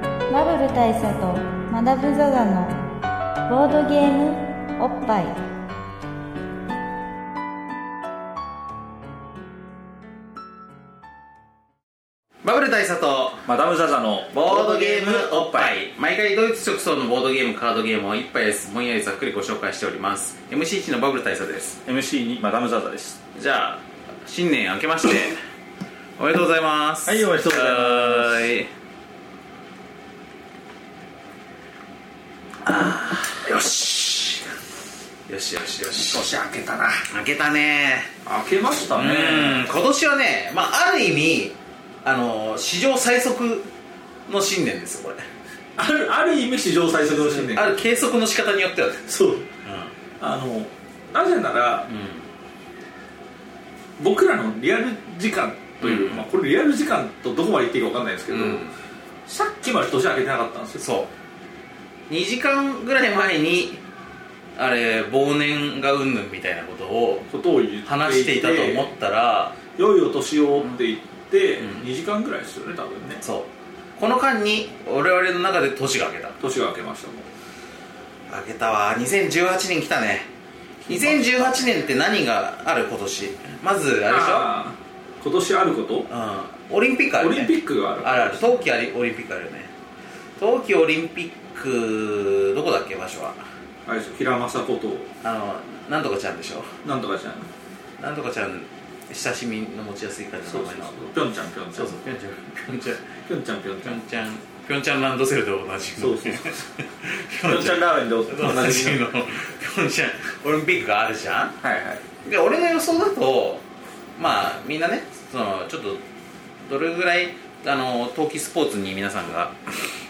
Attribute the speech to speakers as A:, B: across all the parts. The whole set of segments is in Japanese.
A: 部大佐とマダム・ザ・ザのボードゲームおっぱい
B: バブル大佐と
C: マダム・ザ・ザの
B: ボードゲームおっぱい毎回ドイツ直送のボードゲームカードゲームを一杯ですぼんやりざっくりご紹介しております MC1 のバブル大佐です
C: MC にマダム・ザ・ザです
B: じゃあ新年明けまして おめでとうございます
C: はいおめでとうございます
B: はーい
C: よし
B: よしよしよし
C: 年明けたな
B: 明けたね
C: 明けました
B: うん今年はね、まあ、ある意味あの史上最速の新年ですよこ
C: あるある意味史上最速の新
B: れ
C: 年
B: ある計測の仕方によってはね
C: そうあのなぜなら
B: うん
D: 僕らのリアル時間という、
B: うん
D: まあ、これリアル時間とどこまで言っていいか分かんないですけど、
B: うん
D: さっきまで年明けてなかったんですよ
B: そう2時間ぐらい前にあれ忘年がうんぬんみたいなことを
D: ことを言っていて
B: 話していたと思ったら
D: 良いお年をって言っ
B: う
D: て、
B: ん
D: 2時間ぐらいですよね多分ね
B: そうこの間に我々の中で年が明けた
D: 年が明けましたもん
B: 明けたわ2018年来たね2018年って何がある今年まずあれでしょ
D: あー今年あること、
B: うん、オリンピックある
D: オ
B: ね
D: リンピックがある
B: あるある冬季ありオリンピックあるよね冬季オリンピックどこだっけ場所は
D: あれですよ平正こと
B: あのなんとかちゃんでしょ
D: なんとかじゃない
B: なんとかちゃん親しみの持ちやすい感じ
D: そ
B: の
D: う
B: 名
D: そう
B: 前の
D: そうピョンちゃんピョンちゃ
B: そ
D: ん
B: うそうピョンちゃんピョンちゃん
D: ピョンちゃんピョンち
B: ピ
D: ゃ
B: ョ
D: ん
B: ンちゃんピョンちゃんランドセルと同じ
D: そうそうそう
B: ピ
D: ピョンちゃんラーメンでお
B: 同
D: 同
B: じ
D: じ
B: のピョンちゃんオリンピックがあるじゃん
D: はいはい
B: で俺の予想だとまあみんなねそのちょっとどれぐらいあの冬季スポーツに皆さんが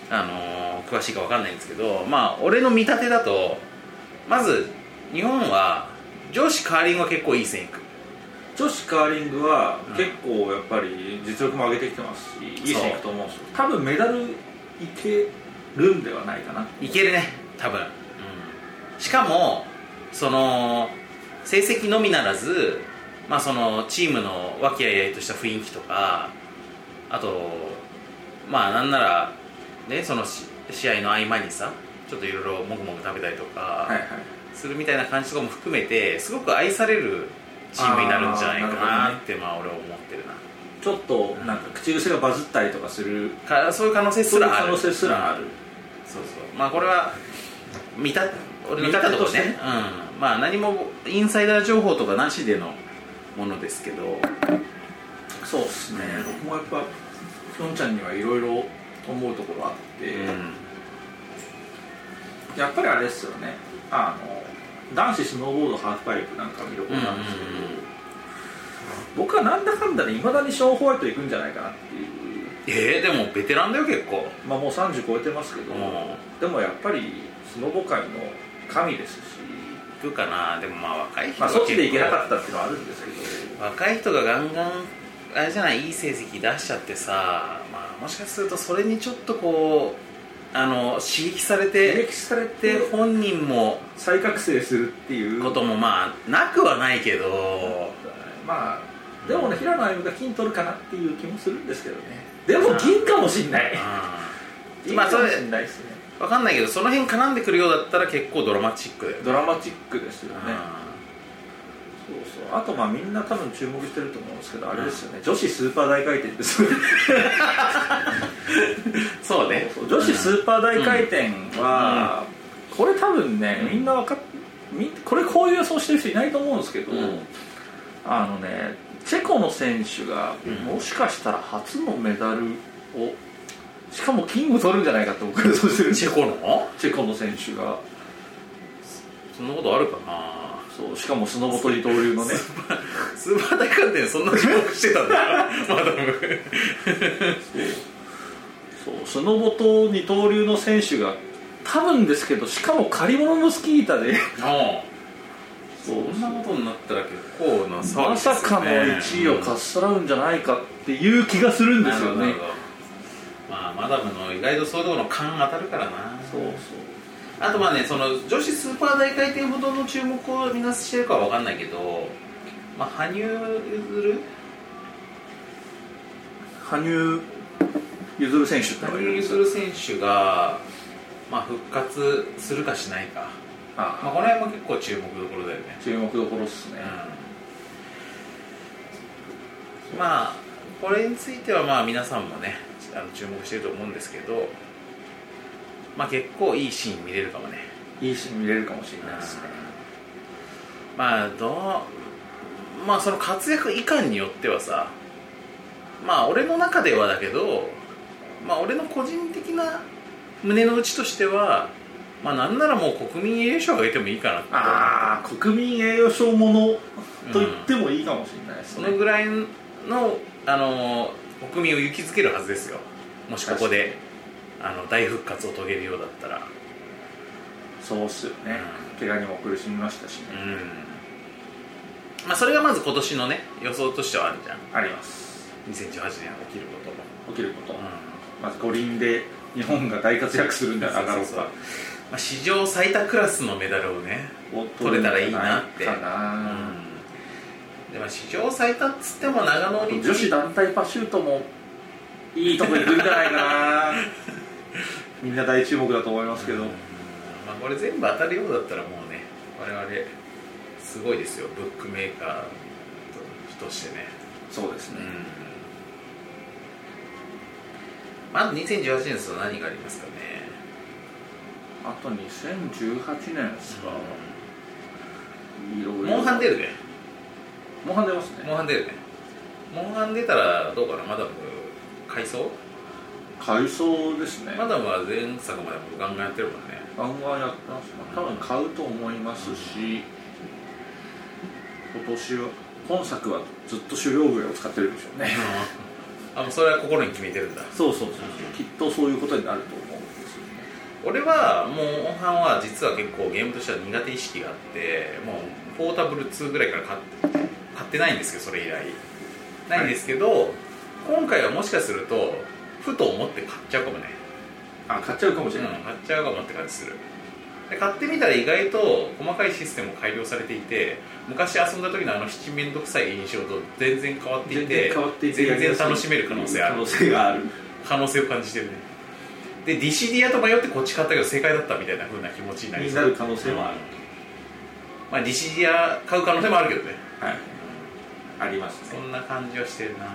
B: あの詳しいかわかんないんですけどまあ俺の見立てだとまず日本は女子カーリングは結構いい線いく
D: 女子カーリングは
B: うん
D: 結構やっぱり実力も上げてきてますし、いい線いくと思うんですよ多分メダルいけるんではないかない
B: けるね多分、しかもその成績のみならず、まあ、そのチームの和気あいあいとした雰囲気とかあとまあなんなら、ね、そのし試合の合間にさちょっといろいろもぐもぐ食べたりと
D: はいはい
B: かするみたいな感じとかも含めてすごく愛されるチームになるんじゃないか
D: あーなる
B: な
D: ほどね
B: ってまあ俺は思ってるな
D: ちょっとなんか口癖がバズったりとかする
B: かそういう可能性す
D: そういう
B: らあ
D: 可
B: る
D: 能性すらある
B: そうそうまあこれは見た俺の見たところ
D: 見立てとして
B: ね
D: ね
B: うんまあ何もインサイダー情報とかなしでのものですけど
D: そうですね僕もやっぱピョンちゃんにはいろいろ思うところあって、やっぱりあれですよねあの男子スノーボードハーフパイプなんか見どころなんですけど、
B: うんうんうん
D: 僕はなんだかんだでいまだにショーン・ホワイト行くんじゃないかなっていう
B: えー、でもベテランだよ結構
D: まあもう30超えてますけど、
B: う
D: でもやっぱりスノボ界の神ですし、
B: いくかなでもまあ若い人
D: まあ、
B: は
D: そっちで行けな
B: 結
D: かったっていうのはあるんですけど、
B: 構若い人がガンガンあれじゃないいい成績出しちゃってさ、まあ、もしかするとそれにちょっとこうあの刺激され
D: 刺
B: て
D: 激され
B: で
D: て
B: 本人も
D: 再覚醒するっていう
B: こともまあなくはないけど
D: まあでもね平野歩夢が金取るかなっていう気もするんですけどねでも銀かもしんない
B: うん
D: 銀
B: まあそ
D: かも
B: れ
D: しんないですね
B: わかんないけどその辺絡んでくるようだったら結構ドラマチックだよね
D: ドラマチックですよね
B: う
D: そうそうあとまあみんな多分注目してると思うんですけどあれですよね女子スーパー大回転ですよね
B: んそうね
D: そう女子スーパー大回転は、これ多分ねみんなわかっみこれこういう予想してる人いないと思うんですけど、
B: うん
D: あのねチェコの選手が
B: うん
D: もしかしたら初のメダルをしかも金を取るんじゃないかって僕は予想してるんです
B: チ
D: よ
B: ェコの
D: チェコの選手が
B: そんなことあるかな
D: そうしかもスノボと二刀流のね
B: スーパー大観点そんな注目して たんだマダム
D: そうスノボと二刀流の選手が多分ですけどしかも借り物のスキー板で
B: そんなことになったら結構な騒ぎ
D: ま
B: ですよ
D: さ
B: ね
D: かの1位をかっさらうんじゃないかっていう気がするんですよ
B: なる
D: ね
B: ほどまあマダムの意外とそういうところの勘当たるからな
D: そうそう
B: あとまあねその女子スーパー大回転ほどの注目をみんなしてるかは分かんないけど、まあ、羽生結弦
D: 羽生ゆずる選手ってのがい
B: 羽
D: る
B: 生
D: んです
B: 結
D: よ
B: 弦選手が、まあ、復活するかしないか、まあ、
D: あ
B: この辺も結構注目どころだよね
D: あ、注目どころっすね、
B: うん、まあこれについてはまあ皆さんもねあの注目してると思うんですけど、まあ、結構いいシーン見れるかもね
D: いいシーン見れるかもしれないですね、
B: まあどうまあその活躍いかんによってはさまあ俺の中ではだけどまあ俺の個人的な胸の内としてはまあなんならもう国民栄誉賞あげてもいいかなって
D: ああ国民栄誉賞ものと言ってもいいかもしれないです
B: そ
D: ね、
B: のぐらいの、あの国民を勇気づけるはずですよもしここであの大復活を遂げるようだったら
D: そうっすよね、怪我にも苦しみましたしね、
B: うんまあそれがまず今年のね予想としてはあるじゃん
D: あります
B: 2018年起きることも、
D: 起きること、
B: う
D: まず五輪で日本が大活躍するんじゃなかろう
B: そうそう
D: か
B: まあ、史上最多クラスのメダルをね、取れたらいいなって
D: かな
B: うん、でも史上最多っつっても長野オリンピック
D: 女子団体パシュートもいいとこ行くんじゃないか なみんな大注目だと思いますけど、
B: うんまあ、これ全部当たるようだったらもうね我々すごいですよブックメーカーととしてね
D: そうです
B: う
D: ね、
B: んまあ2018年ですと何がありますかね
D: あと2018年ですか、いろいろ
B: モンハン出るね
D: モンハン出ます
B: モン
D: ね
B: ハン出るねモンハン出たらどうかなマダム改装
D: 買いそうですね
B: マダムは前作までもガンガンやってるもんね
D: ガンガンやってますね多分買うと思いますし今年は本作はずっと狩猟笛を使ってるんでしょうね
B: あもうそれは心に決めてるんだ
D: そうそうそうそうきっとそういうことになると思うんですよね
B: 俺はもうモンハンは実は結構ゲームとしては苦手意識があってもうポータブル2ぐらいから買っ買ってないんですけどそれ以来ないんですけど、今回はもしかするとふと思って買っちゃうかもね、
D: あ買っちゃうかもし
B: うん、
D: れない、
B: 買っちゃうかもって感じするで買ってみたら意外と細かいシステムも改良されていて昔遊んだ時のあの七面倒くさい印象と全然変わってい
D: 全
B: て
D: 然変わっていて
B: 全然楽しめる可能性あ
D: 可
B: る
D: 能性がある
B: 可能性を感じてるねでディシディアと迷ってこっち買ったけど正解だったみたいな風な気持ちになり
D: に
B: そ
D: な
B: う
D: る可能性もある、
B: まあディシディア買う可能性もあるけどね
D: はいあります
B: そ
D: ね
B: んな感じはしてるな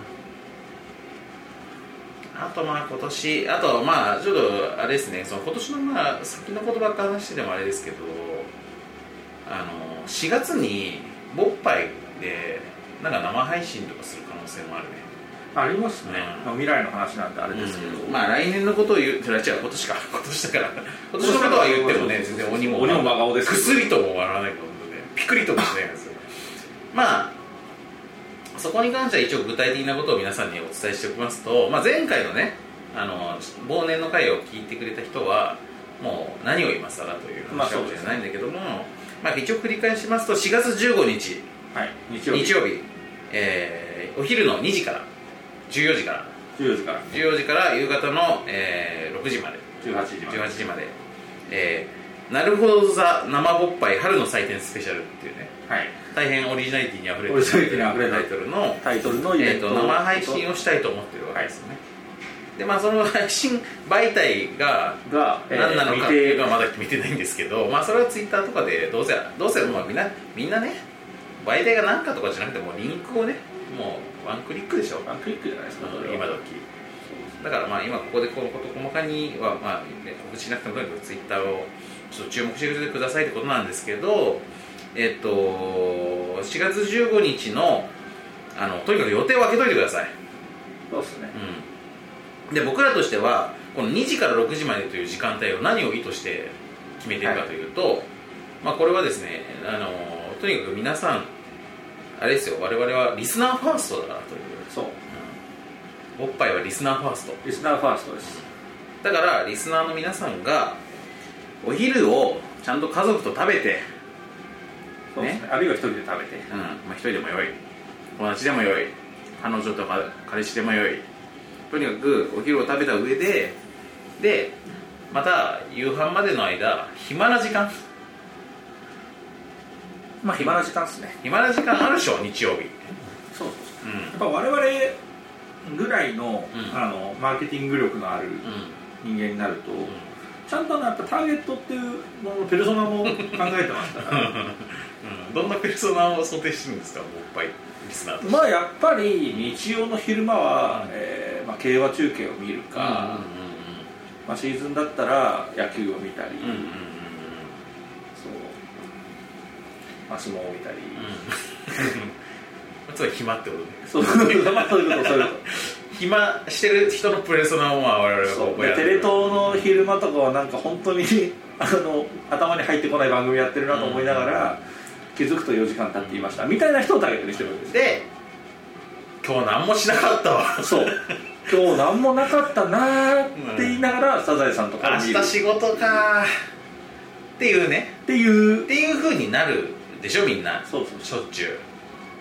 B: あとまあ今年あとまあちょっとあれですねその今年のまあ先のことばっか話しててもあれですけどあの4月にボッパイでなんか生配信とかする可能性もあるね
D: ありますね
B: ね、
D: まあ、未来の話なんてあれですけど、
B: うんまあ来年のことを言う違う違う今年か 今年だから 今年のことは言ってもね全然鬼も
D: 鬼も真顔です
B: くすりとも笑わないことでピクリともしないんですよまあそこに関しては一応具体的なことを皆さんにお伝えしておきますと、まあ、前回のねあの忘年の会を聞いてくれた人はもう何を今更という
D: まあ
B: 話か
D: そう
B: もし
D: で
B: れ
D: すね
B: ないんだけども、まあ、一応繰り返しますと4月15日
D: はい日曜日
B: 日曜日、えーお昼の2時から14時から
D: 14時から
B: 14時から夕方の、えー6時まで
D: 18時まで
B: 18時まで、えーなるほどザ生ぼっぱい春の祭典スペシャルっていうね
D: はい
B: 大変オリジナリティにあふれ
D: オリジナリティにあふれた
B: タイトルの、
D: タイトルのイベ
B: え
D: ン
B: ー、
D: ト
B: と生配信をしたいと思ってるわけですよね、でまあその配信媒体が
D: が、えー
B: 何なのかっていう
D: 未
B: のはまだ決めてないんですけど、まあ、それはツイッターとかでどうせどうせまあみんなみんなね媒体が何かとかじゃなくてもうリンクをねもうワンクリックでしょ
D: 定ワンクリックじゃないですか、それは
B: 今時だからまあ今ここでこのこと細かにはまあね告知しなくてもとにかくツイッターをちょっと注目してくださいってことなんですけどえっと4月15日のあのとにかく予定を空けといてください、
D: そうですね
B: うん、で僕らとしてはこの2時から6時までという時間帯を何を意図して決めてるかというと、まあこれはですねあのとにかく皆さんあれですよ我々はリスナーファーストだからという
D: そう
B: おっぱいはリスナーファースト
D: リスナーファーストです
B: だからリスナーの皆さんがお昼をちゃんと家族と食べて、
D: そうですねあるいは一人で食べて
B: うんまあ、一人でもよい友達でもよい彼女とか彼氏でもよいとにかくお昼を食べた上ででまた夕飯までの間暇な時間
D: まあ暇な時間ですね
B: 暇な時間あるでしょ日曜日
D: そうそうそう
B: うん
D: やっぱ我々ぐらいの,、
B: うん
D: あのマーケティング力のある
B: うん
D: 人間になると、
B: うん
D: ちゃんとあのやっぱターゲットっていうののペルソナも考えてますから
B: うんどんなペルソナを想定してるんですかもういっぱいリスナーとして
D: まあやっぱり日曜の昼間は、えーまあ、競馬中継を見るか、まあ、シーズンだったら野球を見たり、
B: うんうんうん うん
D: そう、まあ、相撲を見たり、
B: うんつまり暇ってことね
D: そう そういうことそういうこと
B: 暇してる人のペルソナをまあ我々
D: そう
B: は
D: でテレ東の昼間とかはなんか本当に あの頭に入ってこない番組やってるなと思いながら、気づくと4時間経っていましたみたいな人をターゲットにしてるわけです
B: で今日何もしなかったわ
D: そう今日何もなかったなーって言いながら、サザエさんとかを見る
B: 明日仕事かっていうね
D: ってい
B: っ
D: う
B: ていう風になるでしょみんな
D: そうそう
B: しょっちゅ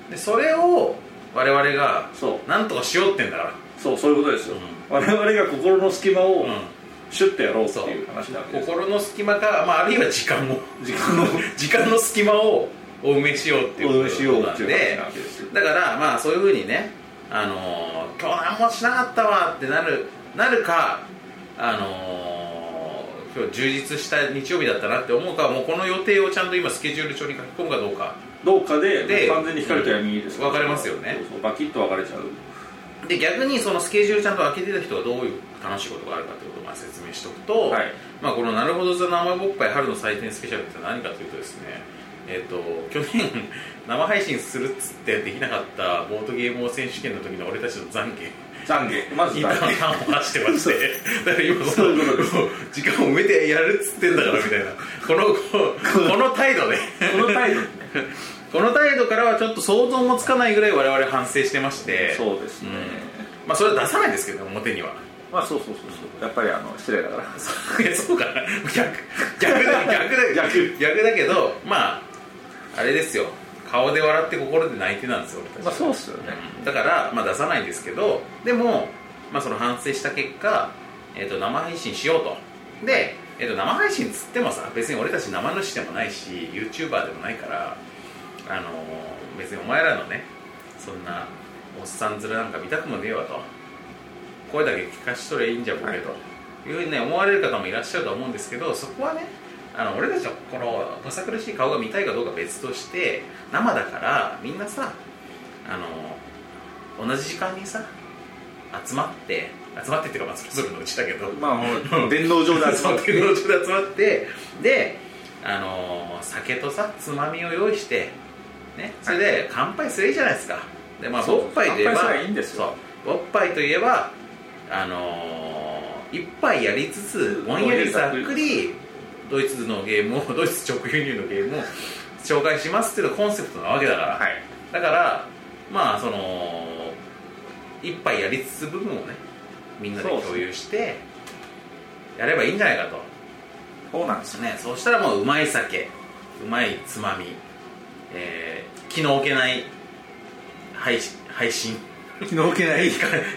B: うでそれを我々が
D: そう
B: なんとかしようってんだから
D: そうそういうことですよ、
B: う
D: 我々が心の隙間を
B: う
D: シュッとやろうっていう話なわけ
B: ん
D: です
B: 心の隙間か、まあ、あるいは時間も
D: 時 間を
B: 時間の隙間をお埋めしようっていう
D: 応援しよう
B: な
D: っ
B: ん
D: て
B: で
D: いう話なわけですよ
B: だからまあそういうふうにね、あのー今日何もしなかったわってなるなるか、あのー今日充実した日曜日だったなって思うかもうこの予定をちゃんと今スケジュール帳に書き込むかどうか
D: どうかで
B: で
D: 完全に光と闇ですから
B: 分かれますよね
D: そうそうバキッと分かれちゃう
B: で逆にそのスケジュールちゃんと開けてた人がどういう楽しいことがあるかってことをまあ説明しておくと、
D: はい
B: まあ、この「なるほどザ・生ぼっぱい春の祭典スペシャル」って何かというとですねえっと去年生配信するっつってできなかったボードゲーム王選手権の時の俺たちの懺悔
D: 懺悔まず
B: に
D: 懺
B: パン
D: 悔
B: パンを出してましてだから今
D: そういうことで
B: もう時間を埋めてやるっつってんだからみたいなこのこのこの態度ね
D: この態度ね
B: この態度からはちょっと想像もつかないぐらい我々反省してまして
D: そうですね
B: まあそれは出さないんですけど表には
D: まあそうそうそうそうやっぱりあの失礼だから
B: いやそうかな逆逆だ逆だ
D: 逆
B: 逆だけどまああれですよ顔で笑って心で泣いてなんですよ俺たち
D: まあそうっすよね
B: だから、まあ、出さないんですけどでも、まあ、その反省した結果、えー、と生配信しようとで、えー、と生配信つってもさ別に俺たち生主でもないし YouTuber でもないから、あのー別にお前らのねそんなおっさん面なんか見たくもねえわと声だけ聞かしとりゃいいんじゃボケと、いうふうにね思われる方もいらっしゃると思うんですけどそこはねあの俺たちのこのむさ苦しい顔が見たいかどうか別として生だからみんなさあの同じ時間にさ集まって集まってっていうかまあそれぞれのうちだけど、
D: まあもう電動上で集まって
B: 電動中で集まってであのー酒とさつまみを用意してねそれで乾杯するじゃないですかでまあ
E: そう
B: おっぱいといえば
E: 乾杯すりゃいいんですよ
B: そうおっぱいといえばあのー一杯やりつつぼんやりざっくりドイツのゲームをドイツ直輸入のゲームを紹介しますっていうのがコンセプトなわけだから、
D: はい
B: だからまあその一杯やりつつ部分をねみんなで共有してやればいいんじゃないかと
E: そうなんですね
B: ねそうしたらもううまい酒うまいつまみ、えー、気の置けない配信配信
D: 気の置けない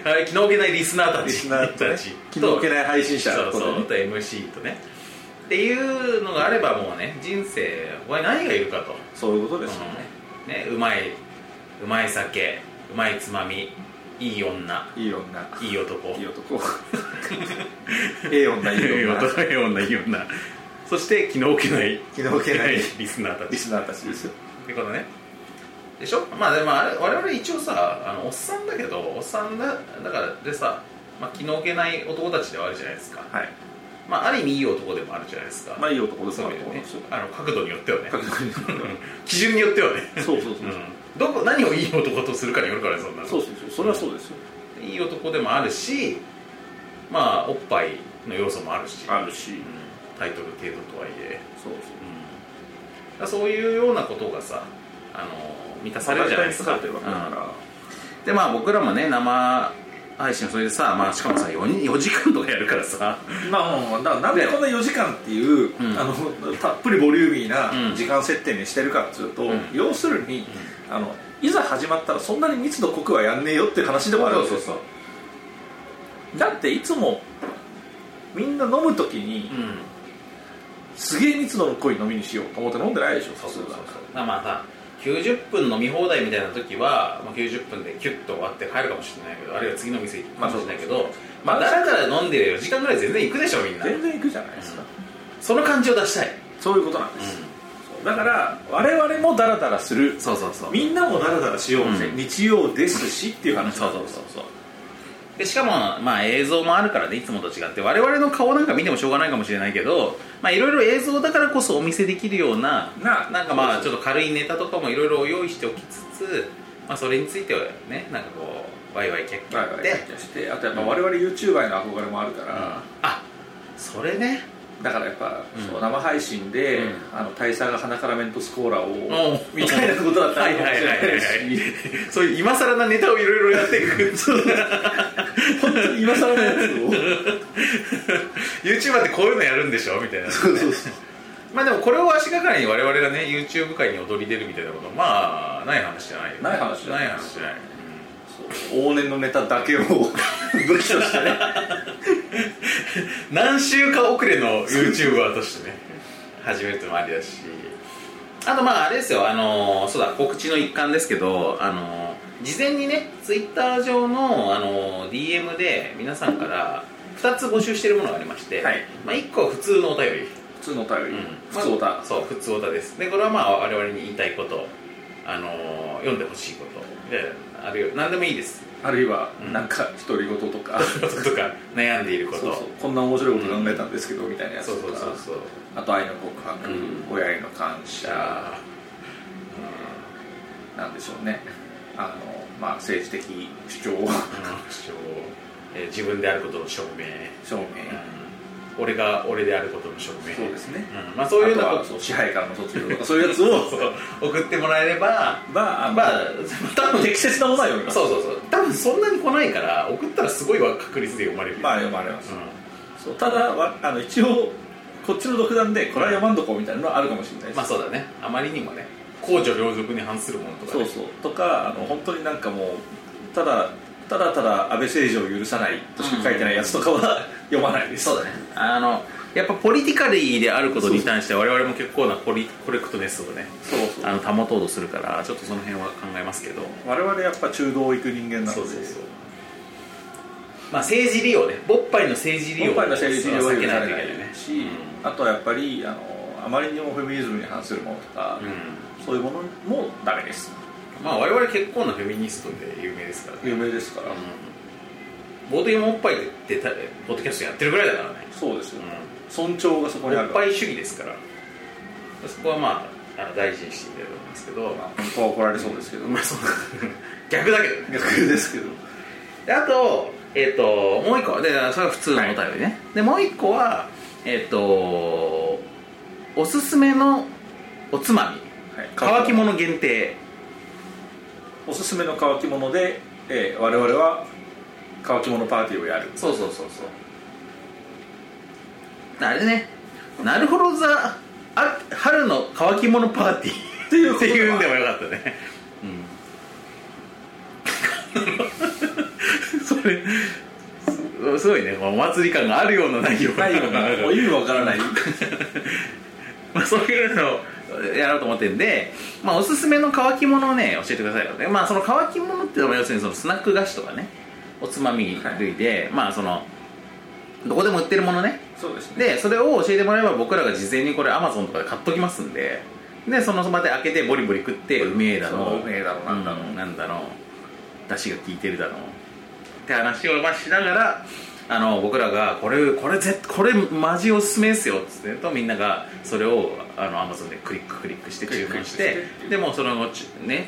B: はい気の置けないリスナーたち
D: リスナーとね
B: たちと
D: 気の置けない配信者
B: そう
D: と
B: そう
D: ね
B: あと MC とねっていうのがあればもうね人生他に何がいるかと
D: そういうことですよね
B: うんねうまいうまい酒うまいつまみいい女
D: いい女
B: いい男
D: いい男 ええ女いい女
B: いい女いい女そして気の置けない
D: 気の置けない
B: リスナーた
D: リ
B: ち
D: スナーたちですよ
B: ってことねでしょまあでもあれ我々一応さあのおっさんだけどおっさんだだからでさ、まあ、気の置けない男たちではあるじゃないですか、
D: はい
B: まあ、ある意味いい男でもあるじゃないですか、
D: まあいい男です
B: そう
D: よ
B: だよね
D: ね
B: あの角度によってはね
D: 角度によっては
B: うん 基準によってはね
D: そうそうそう
B: う
D: そうん
B: どこ何をいい男とするかによるからねそんなの
D: そうそうそうそれはそうですよ
B: いい男でもあるしまあおっぱいの要素もあるし
D: あるし
B: うんタイトル程度とはいえ、
D: そうそう
B: うん、だそういうようなことがさあの満たされるじゃないですか
D: というわけだから
B: うんでまあ僕らもね生配信それでさ、まあ、しかもさ 4, 4時間とかやるからさ
D: まあもうだなんでこんな4時間っていう、
B: うん
D: あのたっぷりボリューミー
B: うん
D: な時間設定にしてるかっていうと、
B: うん
D: 要するに、あのいざ始まったらそんなに密度濃くはやんねえよっていう話でもあるんですよ
B: そう
D: だっていつもみんな飲む時に、
B: うん
D: すげえ密度の濃い飲みにしようと思って飲んでないでしょさす
B: そうそう
D: が
B: そうまあさ90分飲み放題みたいな時は、まあ、90分でキュッと終わって帰るかもしれないけどあるいは次の店行くかもしれないけど、まあ、だらだら飲んでる4時間ぐらい全然行くでしょみんな
D: 全然行くじゃないですか、
B: その感じを出したい、
D: そういうことなんです、そうだから我々もダラダラする
B: そうそうそう
D: みんなもダラダラしようぜ、
B: うん
D: 日曜ですしっていう話
B: そうそうそうそうでしかも、まあ、映像もあるからねいつもと違って我々の顔なんか見てもしょうがないかもしれないけどまあいろいろ映像だからこそお見せできるような
D: な
B: なんかまあちょっと軽いネタとかもいろいろ用意しておきつつ、まあ、それについてはねなんかこうワイワイキャッキャ
D: はい
B: やっ
D: はい
B: て、
D: してあとやっぱ我々 YouTuber への憧れもあるから、
B: あそれね
D: だからやっぱ、
B: うん
D: そう生配信で、
B: うん
D: あの大佐が鼻からメントスコーラを、
B: おう
D: みたいなことだったら
B: はい
D: いか
B: は
D: もし
B: い
D: れ
B: はいはいは
D: な
B: い
D: いし
B: そういう今更なネタをいろいろやっていく
D: 本当に今更のやつを
B: YouTuber ってこういうのやるんでしょみたいな
D: そうそうそう
B: まあでもこれを足がかりに我々がね YouTube 界に踊り出るみたいなことまあない話じゃないよね
D: ない話じゃない
B: ない話じゃない
D: そう往年のネタだ けを武器としてね
B: 何週か遅れの YouTuber としてね 始めるってのもありだしあとまああれですよあのーそうだ告知の一環ですけどあのー事前にね Twitter 上のあのー DM で皆さんから2つ募集してるものがありまして、
D: はい
B: まあ、1個は普通のお便り
D: 普通のお便り、普通
B: まあ
D: おた
B: そう普通オタですでこれはまあ我々に言いたいことあのー読んでほしいことであるよ何でもいいです
D: あるいは、
B: うん
D: なんか独り言と か
B: とか悩んでいるこ
D: そう
B: と
D: そうこんな面白いこと考えたんですけど、みたいなや
B: そう
D: つ
B: そう
D: とか
B: そうそう
D: あと愛の告白、
B: うん
D: 親への感謝
B: あ
D: なんでしょうねあのまあ政治的主張を
B: ーうん主張えー自分であることの証明、
D: 証明
B: うん俺が俺であることの証明
D: そうですね
B: んまあ、そういうの
D: あと
B: を
D: はそう支配からの卒業とかそういうやつを
B: 送ってもらえれば
D: まあ
B: まあ
D: まあ
B: 多分
D: 適切なものは読みます
B: そうそうそう多分そんなに来ないから送ったらすごい確率で読まれる
D: まあ読まれます、
B: うん
D: そうただわあの一応こっちの独断でこれは読まんとこうみたいなのはあるかもしれないです、
B: まあそうだねあまりにもね公序良俗に反するものとか、
D: そう
B: ね、
D: そうとかあの本当になんかもうただただただ安倍政治を許さないとしか書いてないやつとかは読まないです
B: だねあのやっぱポリティカリーであることに対して我々も結構なコリコレクトネスをね
D: そうそう
B: あの保とうとするからちょっとその辺は考えますけど
D: 我々やっぱ中道を行く人間なので
B: まあ政治利用ね勃発の政治利用
D: 今回の政治利用は
B: 避
D: 許
B: け
D: さ
B: ないと
D: れ
B: いけ
D: な
B: ないいね
D: し、あとはやっぱりあのあまりにもフェミニズムに反するものとか、
B: うん、うん
D: そういうものもダメです
B: まあ我々結構なフェミニストで有名ですからね、
D: 有名ですから、
B: うん、ボードゲームおっぱいでたポッドキャストやってるぐらいだからね、
D: そうですよ、
B: うん
D: 尊重がそこにあ
B: お
D: る
B: っぱい主義ですからそこはまああの大事にしていきたいと思いますけど、
D: まあ本当は怒られそうですけ ど、
B: まあそう 逆だけどね
D: 逆ですけど
B: であと,、えっともう一個でそれは普通のお便りね、でもう一個はえっ、とおすすめのおつまみ乾き物限定
D: おすすめの乾き物で、えー我々は乾き物パーティーをやる
B: そうそうそうそうあれねなるほどザあ春の乾き物パーティー
D: っていう
B: っ
D: こ
B: て
D: と
B: いうん
D: は
B: でもよかったね、うん、 それすすごいねこうお祭り感があるようなないような
D: ないようなもう意味わからない
B: まあそういうのをやろうと思ってるんで、まあ、おすすめの乾き物をね教えてくださいよねまあその乾き物っていうのは要するにそのスナック菓子とかねおつまみ類で、まあそのどこでも売ってるものね
D: そうですね
B: で それを教えてもらえば僕らが事前にこれアマゾンとかで買っときますんででその場で開けてボリボリ食ってうめえだ
D: そ
B: の
D: ううめえだのなんだの
B: うなんだの出汁が効いてるだのって話をまあしながらあの僕らがこれこれぜこれマジおすすめですよっつって言うとみんながそれをあのアマゾンでクリッククリックして注文して
D: クリッククリックして
B: でもうその後ちね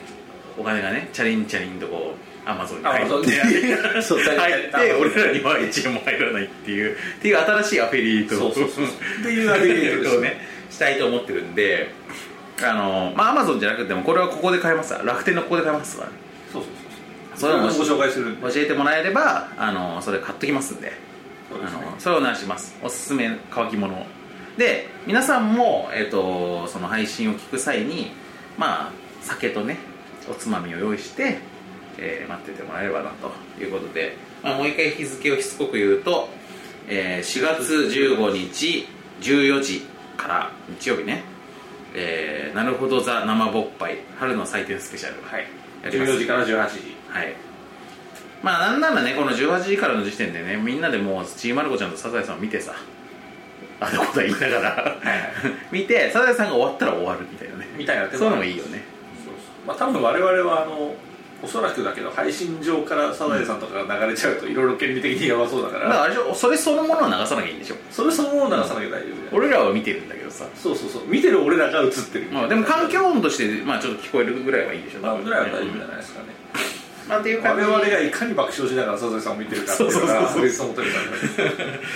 B: お金がねチャリンチャリンとこうアマゾンに入って
D: Amazon にそう
B: 入って俺らには1円も入らないっていうっていう新しいアフィリエイト
D: そうそうそ うっていうアフィリエイトです
B: をねしたいと思ってるんであのまあアマゾンじゃなくてもこれはここで買えますわ楽天のここで買えますわ
D: そうそうそう
B: そ
D: そ
B: れ
D: れ
B: は
D: を
B: も
D: ご
B: う
D: 紹介するん
B: 教
D: で
B: えてもらえればあのそれ買っときますんで
D: そう
B: あ
D: ですね
B: のそれをお願いしますおすすめ乾き物で皆さんも、えっとその配信を聞く際にまあ酒とねおつまみを用意して、えー待っててもらえればなということで、まあ、もう一回日付をしつこく言うと、えー4月15日14時から日曜日ねえーなるほどザ生勃発春の祭典スペシャル
D: はい
B: やります
D: 14時から18時
B: はいまあなんならねこの18時からの時点でねみんなでもうちーまる子ちゃんとサザエさんを見てさあのことは言いながら見てサザエさんが終わったら終わるみたいなね
D: みたいな手
B: そういうのもいいよね
D: まあ多分我々はあのおそらくだけど配信上からサザエさんとかが流れちゃうといろいろ権利的にやばそうだか
B: だから
D: ら
B: あれでしょそれそのものを流さなきゃいいんでしょ
D: それそのものを流さなきゃ大丈夫じゃん
B: 俺らは見てるんだけどさ
D: そうそうそう見てる俺らが映ってる
B: まあでも環境音としてまあちょっと聞こえるぐらいはいいでしょ
D: まあぐらいは大丈夫じゃ
B: だ
D: ないですかね
B: まあっていう
D: 我
B: 感じ
D: 々がいかに爆笑しながらサザエさんを見てるかっていうの
B: そうそう
D: が
B: そう
D: 別のことになります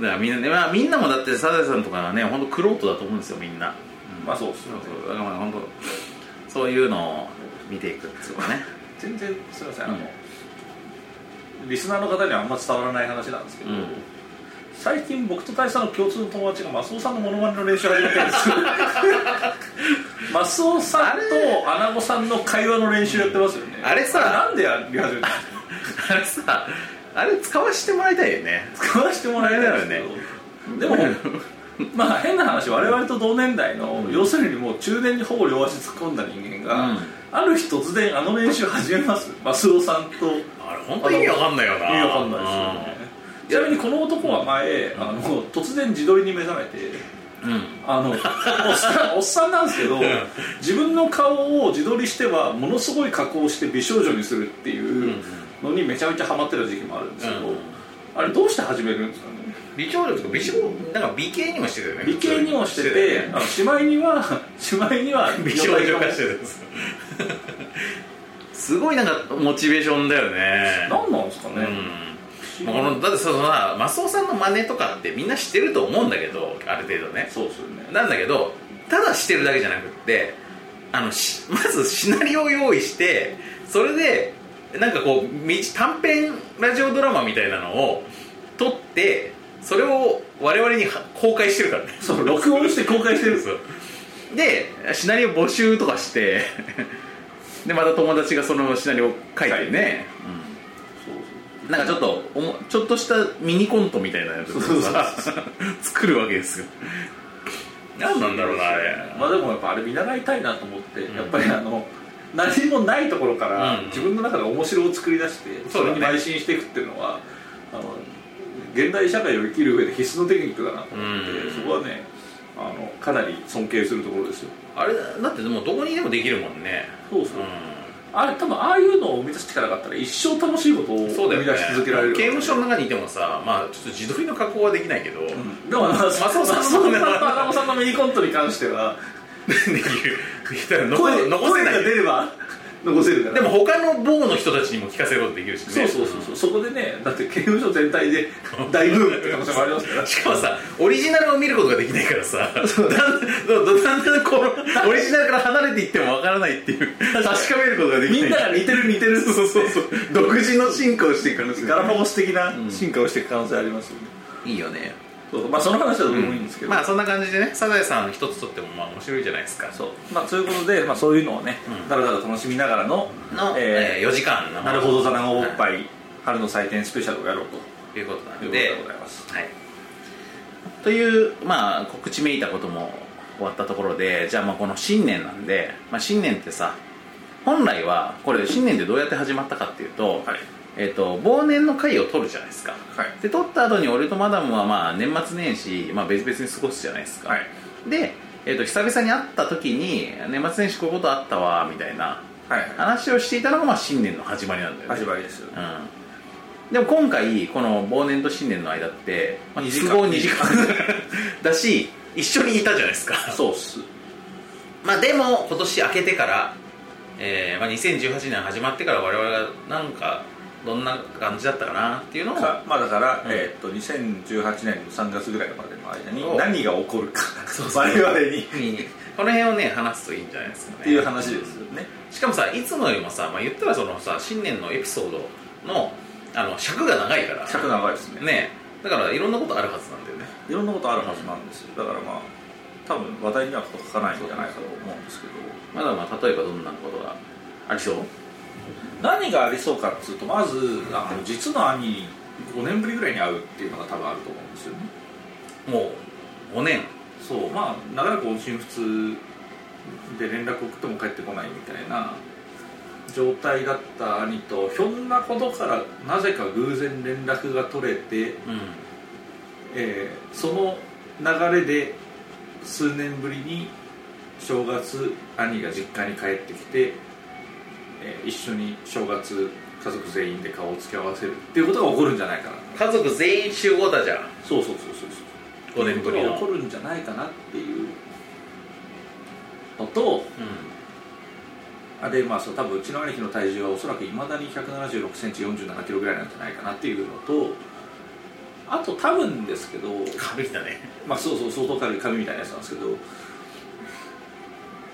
B: だからみんなね、まあ、みんなもだってサザエさんとかはね本当クロートだと思うんですよみんな、
D: まあそうっすね
B: そうだから本当そういうのを見ていくっていうかね
D: 全然すみませんあ
B: う
D: のリスナーの方にはあんま伝わらない話なんですけど、
B: うん
D: 最近僕と大佐の共通の友達がマスオさんのモノマネの練習を始めてるん ですよマスオさんとアナゴさんの会話の練習やってますよね
B: あれさ
D: なんでやり始めたんです
B: あれ
D: か
B: さあれ使わせてもらいたいよね
D: 使わせてもらえないんですけ どでもまあ変な話我々と同年代の、要するにもう中年にほぼ両足突っ込んだ人間が、
B: うん
D: ある日突然あの練習始めますマスオさんと
B: あれ本当意味わかんないよな
D: 意味わかんないですよねちなみにこの男は前、あの突然自撮りに目覚めて
B: うん、うん
D: あのおっさ んおっさんなんですけど自分の顔を自撮りしてはものすごい加工して美少女にするっていうのにめちゃめちゃハマってる時期もあるんですけど、
B: うん
D: あれどうして始めるんですかね
B: 美少女とか美少なんか美形にもしてたよね
D: 美形にもしててあのしまいに はしまいには
B: 美少女化してたんですすごいなんかモチベーションだよね
D: 何なんですかね、
B: うん、このだってそのさマスオさんの真似とかってみんな知ってると思うんだけどある程度ね
D: そうですよね
B: なんだけどただしてるだけじゃなくってあのし まずシナリオを用意してそれでなんかこうみ短編ラジオドラマみたいなのを撮ってそれを我々には公開してるからね
D: そう録音して公開してるんですよ
B: でシナリオ募集とかして でまた友達がそのシナリオを書いてね、うんなんかちょっとおもちょっとしたミニコントみたいなやつをさ 作るわけですよ何なんだろうなあれ
D: まあでもやっぱあれ見習いたいなと思って、やっぱりあの何もないところから
B: うん
D: 自分の中で面白を作り出して
B: そう
D: そ
B: だ
D: れ
B: ね
D: に邁進していくっていうのはあの現代社会を生きる上で必須のテクニックだなと思って、
B: うん
D: そこはねあのかなり尊敬するところですよ
B: あれだってでもどこにでもできるもんね
D: そうそうあれ多分ああいうのを生み出していかなかったら一生楽しいことを
B: ん
D: 生み出し続けられる
B: 刑務所の中にいてもさまあちょっと自撮りの加工はできないけど、
D: うんでもマスオさんとアナゴさんのミニコントに関しては
B: できるできたら残
D: 声
B: せ残せ
D: 声
B: な
D: が
B: い
D: 出れば残せるから
B: でも他の某の人たちにも聞かせることできるしね
D: そうそうそうそう、そこでねだって刑務所全体 で大ブームって可能性もありますから
B: しかもさオリジナルを見ることができないからさだんだんだんだんこうオリジナルから離れていってもわからないっていう確かめることができない
D: みんなが似てる似てる
B: そうそうそうそう独自の進化をしていく可能性
D: ガ
B: が
D: ラパゴス的な進化をしていく可能性ありますよね、
B: いいよね
D: そうそうまあその話はどうでもいいんですけど、
B: まあそんな感じでねサザエさん一つとってもまあ面白いじゃないですか
D: そうまあそういうことで、まあ、そういうのをね、
B: うん
D: だらだら楽しみながらの
B: の、え
D: え
B: ー、4時間の
D: ーなるほどザナゴおっぱい、春の祭典スペシャルをやろうと
B: ということな
D: いうこと
B: んで
D: でございます
B: はい、という、まあ、告知めいたことも終わったところでじゃあまあこの新年なんで、まあ、新年ってさ本来はこれ新年ってどうやって始まったかっていうと,、
D: はい
B: えっと忘年の会を取るじゃないですか、
D: はい
B: で取った後に俺とマダムはまあ年末年始、まあ、別々に過ごすじゃないですか、
D: はい
B: で、えっと久々に会った時に年末年始こういうことあったわみたいな
D: はい
B: 話をしていたのがまあ新年の始まりなんだよね
D: 始まりですよね
B: うんでも今回この忘年と新年の間って、まあ、
D: 二時間
B: 都合2時 間だし一緒にいたじゃないですか
D: そうっす
B: まあでも今年明けてから、えーまあ、2018年始まってから我々がなんかどんな感じだったかなっていうのを
D: かまあだから、
B: うん
D: えーっと2018年の3月ぐらいまでの間
B: そう
D: に何が起こるか
B: そうそう
D: 我々にっ
B: この辺をね話すといいんじゃないですかね
D: ていう話ですよね
B: しかもさいつもよりもさ、まあ、言ったらそのさ新年のエピソードのあの尺が長いから
D: 尺長いですね
B: ねだからいろんなことあるはずなんだよね
D: いろんなことあるはずなんですよだからまあ多分話題には書かないんじゃないかと思うんですけど
B: まだまあ例えばどんなことがありそう
D: 何がありそうかっつうとまずあの実の兄に5年ぶりぐらいに会うっていうのが多分あると思うんですよね
B: もう5年
D: そうまあ長らく音信不通で連絡送っても帰ってこないみたいな状態だった兄とひょんなことからなぜか偶然連絡が取れて、
B: う、
D: えーその流れで数年ぶりに正月兄が実家に帰ってきて、えー一緒に正月家族全員で顔を付き合わせるっていうことが起こるんじゃないかなん
B: 家族全員集合だじゃん
D: そうそうそうそうそう
B: 5年ぶりの
D: 起こるんじゃないかなっていうのと
B: う
D: あでまあそう多分うちの兄貴の体重はおそらくいまだに1 7 6センチ4 7キロぐらいなんじゃないかなっていうのとあと多分ですけど
B: ん軽いんだね
D: まあそうそう相当軽い紙みたいなやつなんですけど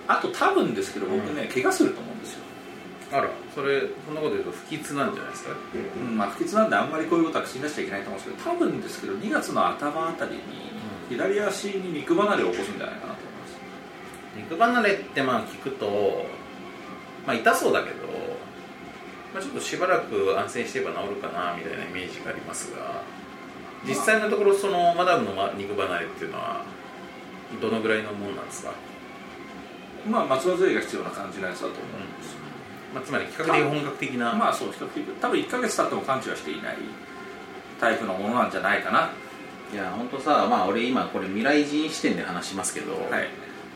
D: あと多分ですけど僕ね、怪我すると思うんですよ、
B: あらそれそんなこと言うと不吉なんじゃないですか
D: うんまあ、不吉なんであんまりこういうことは口に出しちゃいけないと思うんですけど多分ですけど2月の頭あたりに左足に肉離れを起こすんじゃないかなと思います
B: 肉離れってまあ聞くとまあ痛そうだけど、まあ、ちょっとしばらく安静してれば治るかなみたいなイメージがありますが実際のところそのマダムのま肉離れっていうのはどのぐらいのもんなんですか、
D: まあ松葉杖が必要な感じのやつだと思うんですよ、
B: まあ、つまり比較的本格的な、
D: まあそう比較的多分1ヶ月経っても完治はしていないタイプのものなんじゃないかなはい
B: や本当さまあ俺今これ未来人視点で話しますけど、
D: い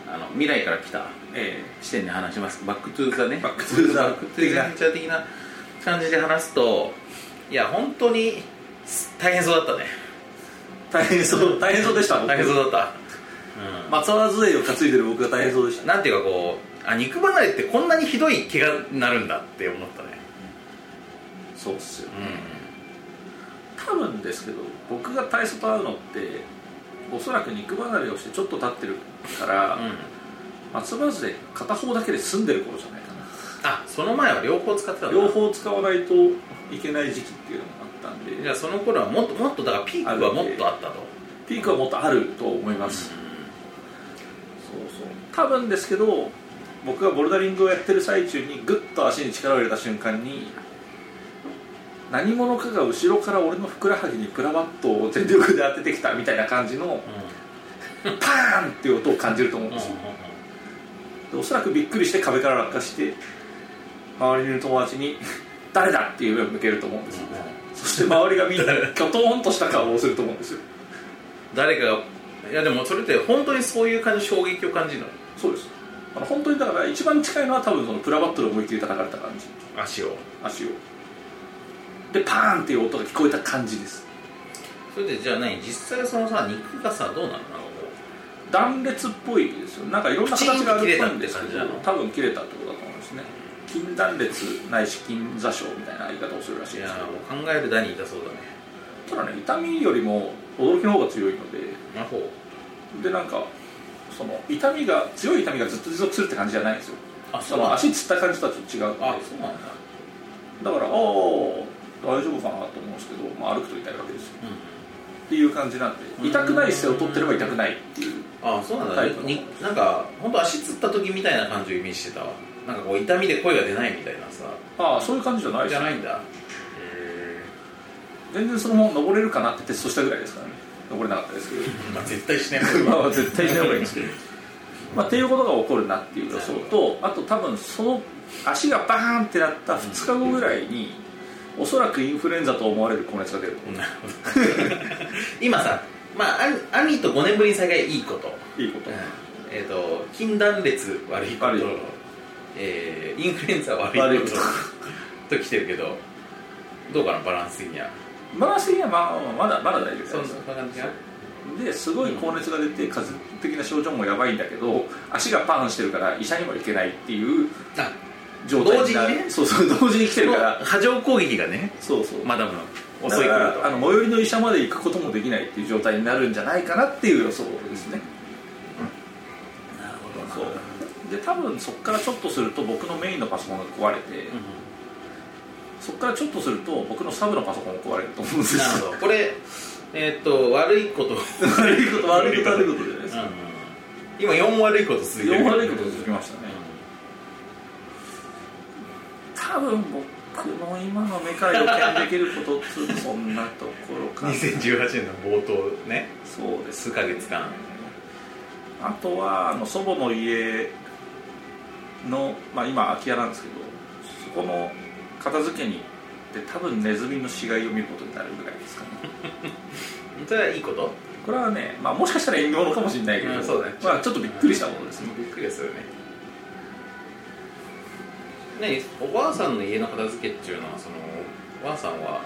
B: あの未来から来た
D: え
B: 視点で話しますバックトゥーザね
D: バックトゥーザ
B: バックトゥーザフューチャー的な感じで話すといや本当に大変そうだったね
D: え大変そう大変そうでした僕
B: 大変そうだった、
D: 松葉杖を担いでる僕が大変そうでし
B: う
D: た
B: ん、なんていうかこうあ肉離れってこんなにひどい怪我になるんだって思ったね
D: そうっすよ
B: う
D: 多分ですけど僕が体操と会うのっておそらく肉離れをしてちょっと経ってるから、
B: ん、うん、
D: 松葉杖片方だけで済んでる頃じゃないかな
B: あその前は両方使ってたんだ
D: 両方使わないといけない時期っていうのもあったん
B: じ
D: で
B: ゃあその頃はもっともっとだからピークはもっとあったと
D: ピークはもっとあると思います、そうそう多分ですけど僕がボルダリングをやってる最中にグッと足に力を入れた瞬間に何者かが後ろから俺のふくらはぎにプラバットを全力で当ててきたみたいな感じの
B: うん
D: パーンっていう音を感じると思うん
B: うん
D: で
B: うん
D: すよでおそらくびっくりして壁から落下して周りにいる友達に 「誰だ!」っていう目を向けると思うんですよ
B: うん
D: そして周りがみんなきょとんとした顔をすると思う んですよ
B: 誰かがいやでもそれって本当にそういう感じ衝撃を感じるの
D: そうですあの本当にだから一番近いのは多分そのプラバットで思いっきり叩かれた感じ
B: 足を
D: 足をでパーンっていう音が聞こえた感じです
B: それでじゃあ何実際そのさ肉がさどうなのなんかこ
D: 断裂っぽいですよなんかいろんな形があるっぽいんですけ
B: プチンと切れたって
D: ど
B: 感じなの
D: 多分切れたってことだと思いますね筋断裂ないし筋座傷みたいな言い方をするらし
B: う
D: い
B: い
D: で
B: や
D: すけ
B: ーもう考えるだに痛そうだね
D: どただね痛みよりも驚きの方が強いので
B: 魔法
D: でなんかその痛みが強い痛みがずっと持続するって感じじゃないんですよ
B: あ
D: その足つった感じとはちょっと違うので
B: あそうなんだ
D: だからああ大丈夫かなと思うんですけど、まあ、歩くと痛いわけですよ
B: うん
D: っていう感じなんで痛くない姿勢を取ってれば痛くないっていう
B: あそうなんだ、
D: タイプ
B: になんか本当足つった時みたいな感じをイメージしてたわなんかこう痛みで声が出ないみたいなさ
D: ああそういう感じじゃないです
B: じゃ
D: よ
B: ないんだへ
D: 全然そのまま登れるかなってテストしたぐらいですからね登れなかったです けど
B: えまあ絶対しない
D: まあ絶対しない方がいいんです けどまあっていうことが起こるなっていう予想とあと多分その足がバーンってなった2日後ぐらいにおそらくインフルエンザと思われる高熱が出る
B: なるほど 今さまああ兄と5年ぶりに再会いいこと
D: ということ
B: えっ、と禁断列悪いこと
D: 悪いこ
B: えーインフルエンザ悪
D: 悪
B: い
D: い
B: こ
D: こと
B: とときてるけどどうかなバランス的には
D: バランス的にはまあまだまだ大丈夫です
B: そんな感じが
D: ですごい高熱が出て風邪的な症状もやばいんだけど足がパンしてるから医者にも行けないっていう
B: あ
D: 状態
B: 同時にね
D: そうそう同時に来てるから
B: 波状攻撃がね
D: そうそう
B: マダムの
D: だ
B: 襲
D: か
B: い来
D: ら
B: ると
D: あの最寄りの医者まで行くこともできないっていう状態になるんじゃないかなっていう予想ですね、
B: なるほ
D: そうで多分そこからちょっとすると僕のメインのパソコンが壊れて、
B: うん
D: そこからちょっとすると僕のサブのパソコンも壊れると思うんです
B: なるほどこれえっ、と悪いこと、う
D: 悪いこと悪いこと悪いことじゃないです
B: ん
D: か
B: うん今4悪いこと続いてる
D: 4悪いことが続きましたね、多分僕の今の目から予見できることっつうとそんなところ
B: う
D: か
B: ん
D: な
B: 2018年の冒頭ね
D: そうです
B: 数ヶ月間
D: あとはあの祖母の家の、まあ、今空き家なんですけどそこの片付けに行って多分ネズミの死骸を見ることになるぐらいですかね
B: それはいいこと
D: これはね、まあ、もしかしたら縁起物かもしれないけど、
B: うんそうだね
D: まあ、ちょっとびっくりしたものですね
B: びっくりするね何おばあさんの家の片付けっていうのはそのおばあさんは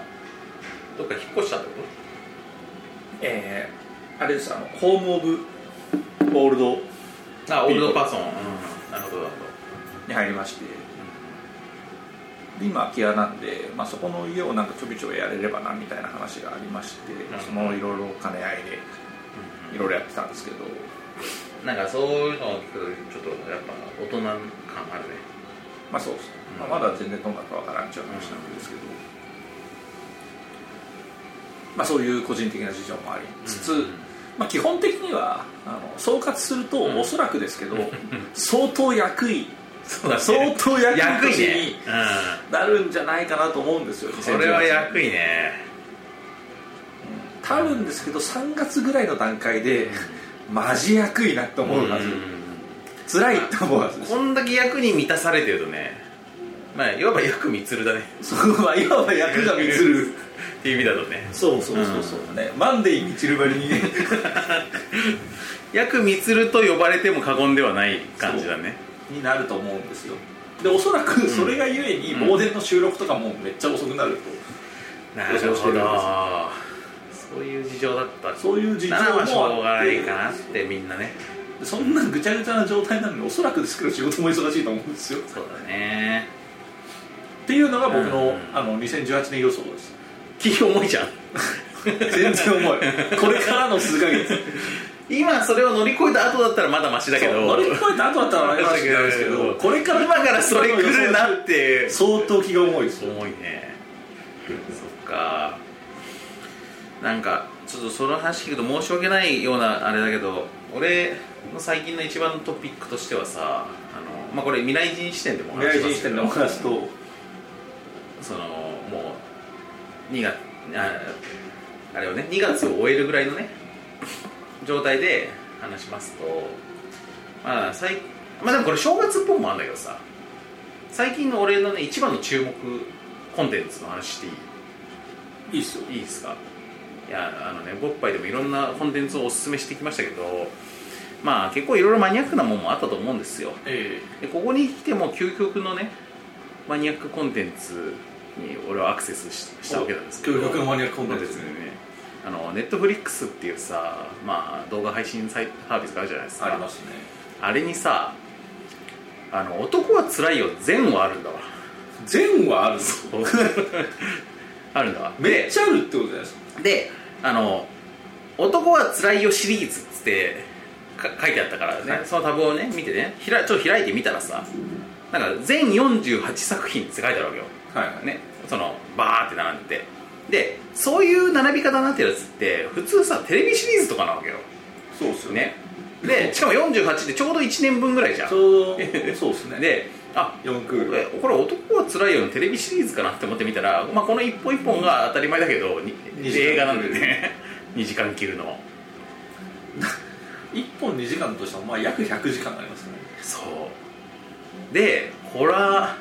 B: どっか引っ越したってこ
D: えーあれですあのホーム・オブ・オールド
B: とあオールドパーソン、うん、なるほどなる
D: に入りましてで今空き家なんで、まあ、そこの家をなんかちょびちょびやれればなみたいな話がありまして、
B: ん
D: そのいろいろ兼ね合いでいろいろやってたんですけど
B: ほどなんかそういうのを聞くとちょっとやっぱ大人感あるね
D: まあそうです、
B: うん
D: まあ、まだ全然どんなかわからんっちゃう話なんですけど、まあそういう個人的な事情もありつつ、
B: うん
D: まあ、基本的にはあの総括すると、おそらくで すけど相当役位
B: そうだね
D: 相当役
B: 役
D: 位
B: いね
D: に、なるんじゃないかなと思うんですよ
B: うん、それは
D: 2018
B: 役いね
D: 多分ですけど3月ぐらいの段階でマジ役いなって思うはず、辛いって思うはずです
B: こんだけ役に満たされてるとねまあいわば役満つるだね
D: そこはいわば役が満ちる
B: っていう意味だとね
D: そうそうそうそう、ねマンデー満ちるばりにね
B: 役満つると呼ばれても過言ではない感じだね
D: になると思うんですよでおそらくそれがゆえに
B: うん
D: 忘年の収録とかもめっちゃ遅くなると、
B: な
D: るほど
B: そういう事情だった
D: そういう事情も
B: ならまあしょうが
D: あっ
B: な
D: て
B: いかなってみんなね
D: そんなぐちゃぐちゃな状態なのにおそらくですけど仕事も忙しいと思うんですよ
B: そうだね
D: っていうのが僕の,、
B: うん
D: あの2018年予想です
B: 気重いじゃん
D: 全然重いこれからの数ヶ月
B: 今それを乗り越えた後だったらまだマシだけど
D: そう乗り越えた後だったらわかりましなんですけどこれから
B: 今からそれ来るなって
D: 相当気が重いです
B: 重いねそっかなんかちょっとその話聞くと申し訳ないようなあれだけど俺の最近の一番のトピックとしてはさあの、まあ、これ未来人視点でもお話し
D: 未来
B: ま
D: 人
B: す
D: 視
B: けど
D: 点のお話と
B: そのもう2月ああれをね2月を終えるぐらいのね状態で話しますとまあ最まあでもこれ正月っぽくもあるんだけどさ最近の俺のね一番の注目コンテンツの話していい
D: いいっすよ
B: いいですかいやあのね「ごっぱい」でもいろんなコンテンツをおすすめしてきましたけどまあ結構いろいろマニアックなもんもあったと思うんですよ
D: え
B: でここに来ても究極のねマニアックコンテンツに俺はアクセスししたわけなんですけど
D: 究極のマニアックコンテンツ
B: そうですねあのネットフリックスっていうさ、まあ、動画配信サイサービスがあるじゃないですか
D: ありますね
B: あれにさあの「男はつらいよ」全話ある んだわ
D: 善はあるの
B: あるんだわ
D: めっちゃあるってことじゃないですか
B: であの「男はつらいよ」シリーズっつってか書いてあったからね、そのタブをね見てねひらちょっと開いてみたらさなんか全48作品って書いてあるわけよ、
D: はいはい
B: ね、そのバーって並んでてでそういう並び方になってるやつって普通さテレビシリーズとかなわけよ
D: そうっすよね
B: ねでしかも48ってちょうど1年分ぐらいじゃ
D: ち
B: ん
D: ょうどそうっすね
B: であ
D: 4クール
B: えこれ男は辛いよのテレビシリーズかなって思ってみたら、まあ、この一本一本が当たり前だけどに
D: 二時間
B: 映画なんでね 2時間切るの
D: 1本2時間としてはまあ約100時間ありますね
B: そうでホラ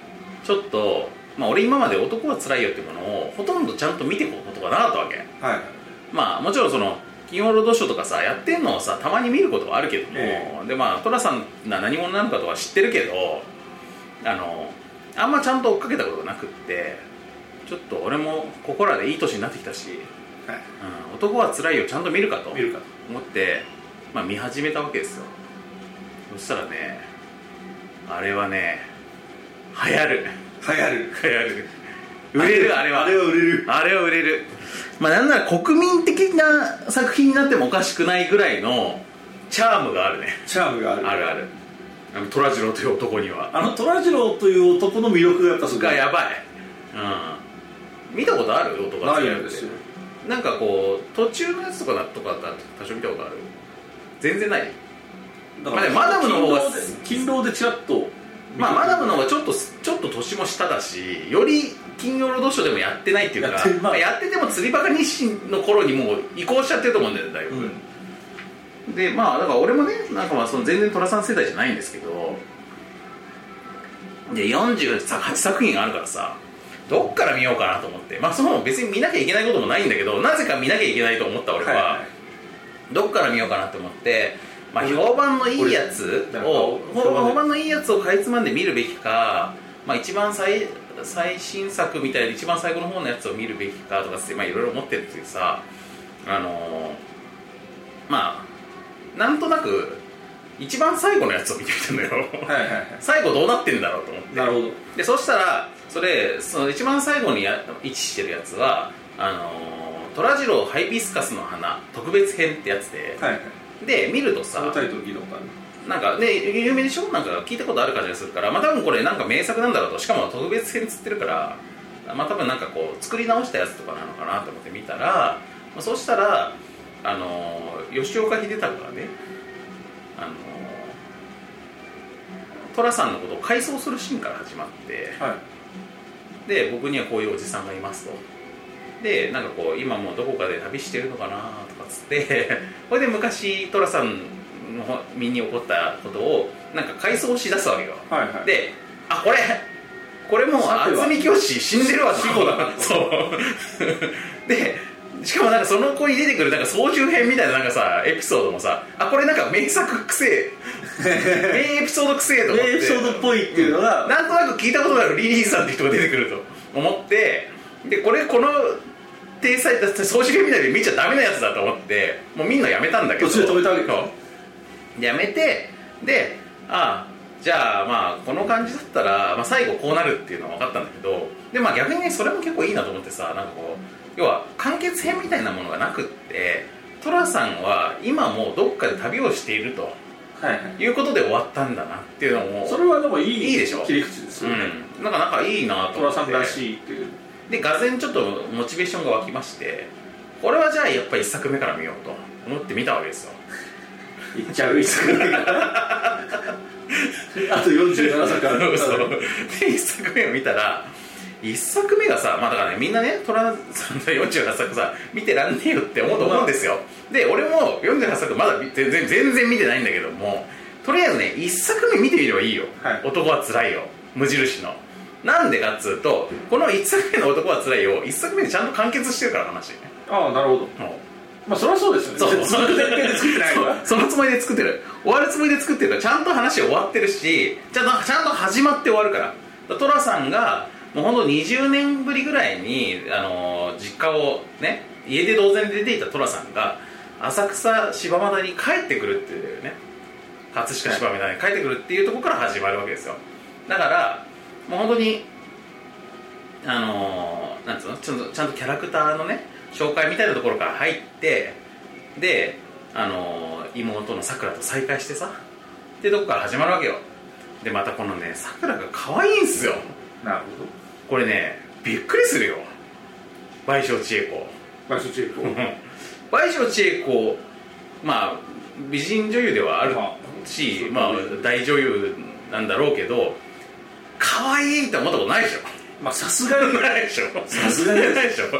B: ーちょっと、まあ、俺今まで男は辛いよってものをほとんどちゃんと見ていくことがなかったわけ
D: はいはい
B: まあもちろんその金曜ロードショーとかさやってんのをさたまに見ることはあるけども、
D: え
B: でまあ寅さんが何者なのかとは知ってるけどあのあんまちゃんと追っかけたことがなくってちょっと俺もここらでいい年になってきたし、うん、男は辛いよちゃんと見るかと
D: 見るか
B: 思って、まあ、見始めたわけですよそしたらねあれはね流行る
D: 流行る
B: 流行る売れるあれは
D: あれは売れる
B: あれは売れる、まあ、なんなら国民的な作品になってもおかしくないぐらいのチャームがあるね
D: チャームがある
B: あるあるあの虎次郎という男には
D: あの虎次郎という男の魅力がやっぱすご
B: が
D: い
B: やばい、うん、見たことある男が
D: な
B: 強い
D: い
B: って
D: ですよ
B: なんかこう途中のやつとかだとかだったら多少見たことある全然ない
D: だ
B: まあでもマダムの方が
D: 勤労で勤労でチラッと
B: まあマダムの方がちょっとちょっと年も下だしより金曜ロードショーでもやってないっていうか
D: やってまあ
B: まあやってても釣りバカ日清の頃にもう移行しちゃってると思うんだよねだいぶ、
D: うん
B: でまあだから俺もねなんかまあその全然寅さん世代じゃないんですけどで48作品あるからさどっから見ようかなと思ってまあその別に見なきゃいけないこともないんだけどなぜか見なきゃいけないと思った俺は、
C: はいはい
B: どっから見ようかなと思って、まあ、評判のいいやつ
C: 俺
B: を
C: なんか
B: 評判評判のいいやつをかいつまんで見るべきか、まあ、一番最最新作みたいな一番最後の方のやつを見るべきかとかって、まあ、いろいろ思ってるっていうさあのーまあなんとなく一番最後のやつを見てみたんだよ
C: はいはいはい
B: 最後どうなってんだろうと思って
C: なるほど
B: でそしたらそれその一番最後にや位置してるやつはあのー「虎次郎ハイビスカスの花特別編」ってやつで、
C: はいはい
B: で見ると
C: そ
B: さ
C: のタイトル聞いたことある
B: なんかね有名でしょなんか聞いたことある感じがするからまあ多分これなんか名作なんだろうとしかも特別編つってるからまあ多分なんかこう作り直したやつとかなのかなと思って見たら、まあ、そうしたらあのー吉岡秀隆がねあのー寅さんのことを回想するシーンから始まって
C: はい
B: で僕にはこういうおじさんがいますとでなんかこう今もうどこかで旅してるのかなとかっつって これで昔寅さんの身に起こったことをなんか回想しだすわけよ
C: はいはい
B: であこれこれもう
C: さては
B: 渥美教師死んでるわ
C: 死後だ な
B: そうでしかもなんかその子に出てくるなんか操縦編みたいななんかさエピソードもさあこれなんか名作く せえ名エピソードくせえと思って
C: 名エピソードっぽいっていうのが、
B: なんとなく聞いたことがあるリリーさんって人が出てくると思ってでこれこの体裁だって総集編みたいで見ちゃダメなやつだと思ってもうみんなやめたんだけど
C: 途中で止めたわけか
B: そうやめてでああじゃあまあこの感じだったら、まあ、最後こうなるっていうのは分かったんだけどでまあ逆にねそれも結構いいなと思ってさなんかこう要は完結編みたいなものがなくって寅さんは今もうどっかで旅をしていると
C: はいはい
B: いうことで終わったんだなっていうのも
C: それはでもいい
B: いいでしょ
C: 切り口ですよね、
B: うん、なんかなんかいいなと思
C: 寅
B: って
C: さんらしいっていう
B: でがぜんちょっとモチベーションが湧きましてこれはじゃあやっぱり1作目から見ようと思って見たわけですよ
C: いっちゃういっすね あと47作ある
B: そうで1作目を見たら1作目がさまあだからねみんなね寅さんの48作さ見てらんねえよって思うと思うんですよで俺も48作まだ見全然全然見てないんだけどもとりあえずね1作目見てみればいいよ、
C: はい
B: 男はつらいよ無印のなんでかっつうとこの1作目の男はつらいよ1作目でちゃんと完結してるから話
C: ああなるほど
B: もう
C: まあそりゃ そうですよね
B: そう
C: 続くだけで作ってないから
B: そのつもりで作ってる終わるつもりで作ってるからちゃんと話終わってるしちゃんとちゃんと始まって終わるから寅さんがもうほんと20年ぶりぐらいに、あのー実家をね家出同然で出ていた寅さんが浅草柴又に帰ってくるっていうね葛飾柴又に帰ってくるっていうところから始まるわけですよだからもう本当にあのーなんつうのちゃんとちゃんとキャラクターのね紹介みたいなところから入ってで、あのー妹のさくらと再会してさってとこから始まるわけよでまたこのねさくらが可愛いんすよ
C: なるほど
B: これねびっくりするよ倍賞千恵子
C: まあそっちへ行こう
B: 倍賞千恵子まあ美人女優ではある
C: ま
B: し、
C: そう
B: まあ、大女優なんだろうけど可愛いって思ったことないでしょ
C: まあさすがに
B: ないでしょさ
C: すがに
B: ないでしょこ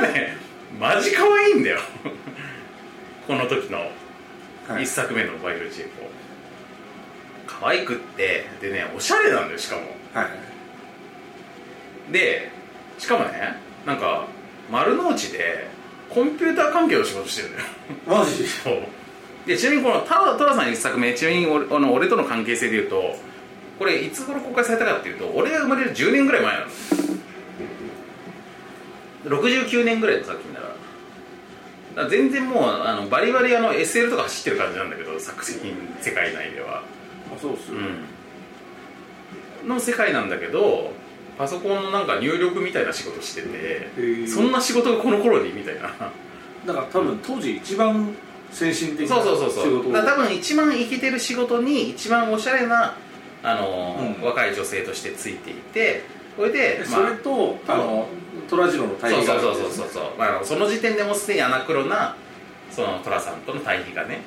B: れねマジ可愛いんだよこの時の
C: はい
B: 1作目の「バイオチェコ」可愛くってでねおしゃれなんだよしかも
C: はい
B: でしかもねなんか丸の内でコンピューター関係の仕事してるんだよ
C: マジ
B: そうでちなみにこの「タトラさん1作目」ちなみに俺あの俺との関係性でいうとこれいつ頃公開されたかっていうと俺が生まれる10年ぐらい前なの69年ぐらいの作品だからだから全然もうあのバリバリあの SL とか走ってる感じなんだけど作品世界内では
C: あそうっすよ
B: うんの世界なんだけどパソコンのなんか入力みたいな仕事してて
C: へえ
B: そんな仕事がこの頃にみたいな
C: だから多分当時一番先進的な
B: そう
C: 仕
B: そ
C: 事
B: うそうそうだから多分一番イケてる仕事に一番おしゃれなあのー、
C: うん
B: 若い女性としてついていてそれで
C: で
B: まあ
C: それとあの虎次郎の対
B: そう
C: 比
B: そう
C: が
B: そうそうそうそう、まあ、その時点でもうすでにアナクロなその寅さんとの対比がね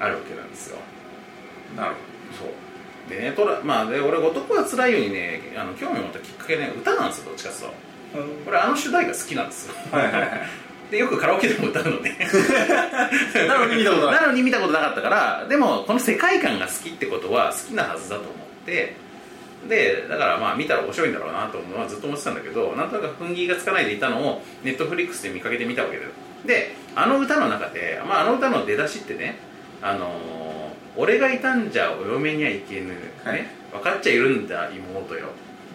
B: あるわけなんですよ
C: なる
B: そうでね寅まあで俺男は辛いよにねあの興味を持ったきっかけね歌なんですよどっちかっていうと
C: ほどうん
B: 俺あの主題歌好きなんですよ
C: はいはいはい
B: でよくカラオケでも歌うのね
D: なのに見たことない
B: なのに見たことなかったからでもこの世界観が好きってことは好きなはずだと思ってでだからまあ見たら面白いんだろうなと思うのはずっと思ってたんだけどなんとなく踏ん切りがつかないでいたのをネットフリックスで見かけてみたわけだよであの歌の中で、まあ、あの歌の出だしってね「あのー俺がいたんじゃお嫁にはいけぬ」ね
D: はい
B: 分かっちゃいるんだ妹よ」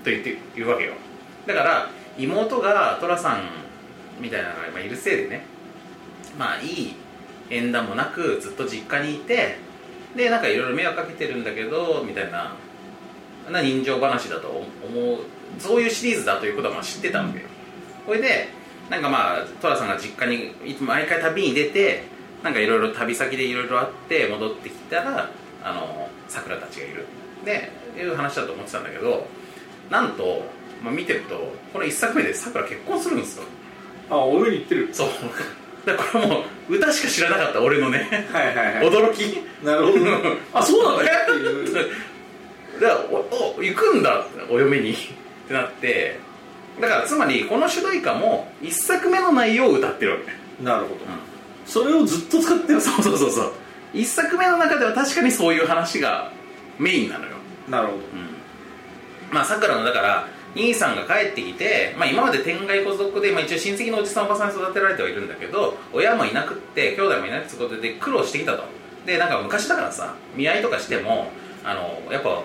B: と言って言うわけよだから妹が寅さんみたいなのがまあいるせいでねまあいい縁談もなくずっと実家にいてでなんかいろいろ迷惑かけてるんだけどみたいなな人情話だと思うそういうシリーズだということはまあ知ってたわけよこれでなんかまあ寅さんが実家にいつも毎回旅に出てなんかいろいろ旅先でいろいろあって戻ってきたらあのさくらたちがいるでいう話だと思ってたんだけどなんと、まあ、見てるとこの1作目でさくら結婚するんですよ
D: あお上に行ってる
B: そうだからこれもう歌しか知らなかった俺のね
D: はいはい はい
B: 驚き
D: なるほどねあそうなんだ
B: え
D: よっていう
B: だからおお行くんだお嫁に ってなってだからつまりこの主題歌も1作目の内容を歌ってるわけ
D: なるほど、
B: ん
D: それをずっと使ってる
B: そうそうそうそう1作目の中では確かにそういう話がメインなのよ
D: なるほど
B: うんまあさくらのだから兄さんが帰ってきて、まあ、今まで天外孤独で、まあ、一応親戚のおじさんおばさんに育てられてはいるんだけど親もいなくって兄弟もいないってことで苦労してきたとでなんか昔だからさ見合いとかしてもあのやっぱ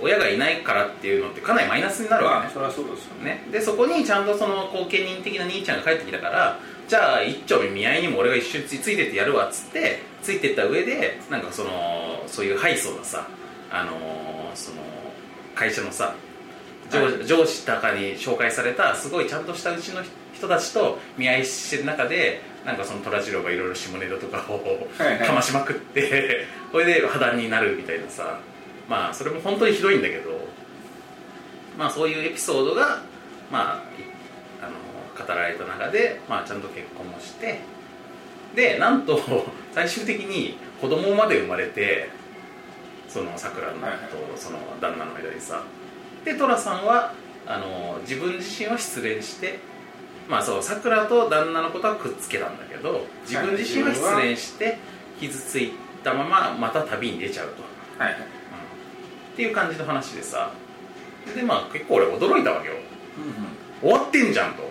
B: 親がいないからっていうのってかなりマイナスになるわ
D: ま
B: け
D: あ
B: ね
D: それはそうですよね
B: ね、でそこにちゃんとその後見人的な兄ちゃんが帰ってきたからじゃあ一丁目見合いにも俺が一緒につついてってやるわっつってついてった上でなんかそのそういう敗訴がさあのーその会社のさ上,、
D: は
B: 上司とかに紹介されたすごいちゃんとしたうちの人たちと見合いしてる中でなんかその虎次郎がいろいろ下ネタとかを
D: はいはい
B: かましまくって、 これで破談になるみたいなさまあそれも本当にひどいんだけどまあそういうエピソードがまあいあの語られた中で、まあ、ちゃんと結婚もしてでなんと 最終的に子供まで生まれてそのさくらのと
D: はいはい
B: その旦那の間にさで寅さんはあの自分自身は失恋してまあそうさくらと旦那のことはくっつけたんだけど自分自身は失恋して傷ついたまままた旅に出ちゃうと。
D: はいはい
B: うんっていう感じの話でさでまあ結構俺驚いたわけよ終わってんじゃんと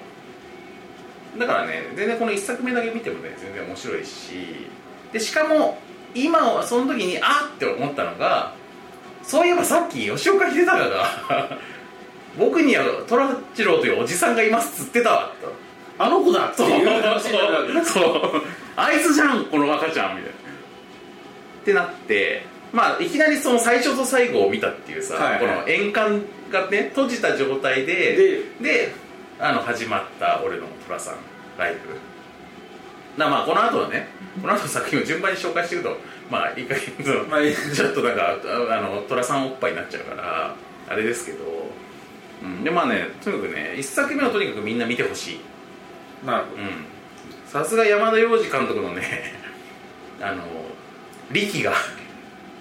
B: だからね全然この1作目だけ見てもね全然面白いしでしかも今はその時にあっって思ったのがそういえばさっき吉岡秀隆が僕には虎次郎というおじさんがいますっつってたわと
D: あの子だって
B: そう
D: いう話になるわけ
B: そうそうあいつじゃんこの赤ちゃんみたいなってなってまあいきなりその最初と最後を見たっていうさ、
D: はいはい
B: この円環がね閉じた状態でであの始まった俺の寅さんライブなまあこの後はねこの後の作品を順番に紹介していくとまあいい加減その
D: まあいい
B: ちょっとなんかああの寅さんおっぱいになっちゃうからあれですけど、うん、でまあねとにかくね一作目はとにかくみんな見てほしい
D: なるほ
B: うんさすが山田洋次監督のね あの力が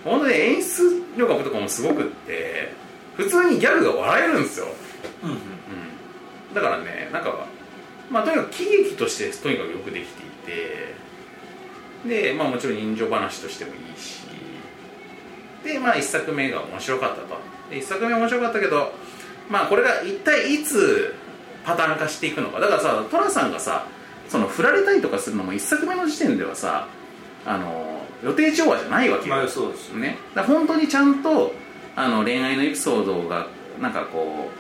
B: 本当に演出力とかもすごくって普通にギャグが笑えるんですよ、
D: どうん
B: うん、だからねなんかまあとにかく喜劇としてとにかくよくできていてでまあもちろん人情話としてもいいしでまあ1作目が面白かったとで1作目面白かったけどまあこれが一体いつパターン化していくのかだからさ寅さんがさその振られたりとかするのも1作目の時点ではさあの予定調和じゃないわけよ、
D: まあそうですよね
B: ね、だから本当にちゃんとあの恋愛のエピソードがなんかこ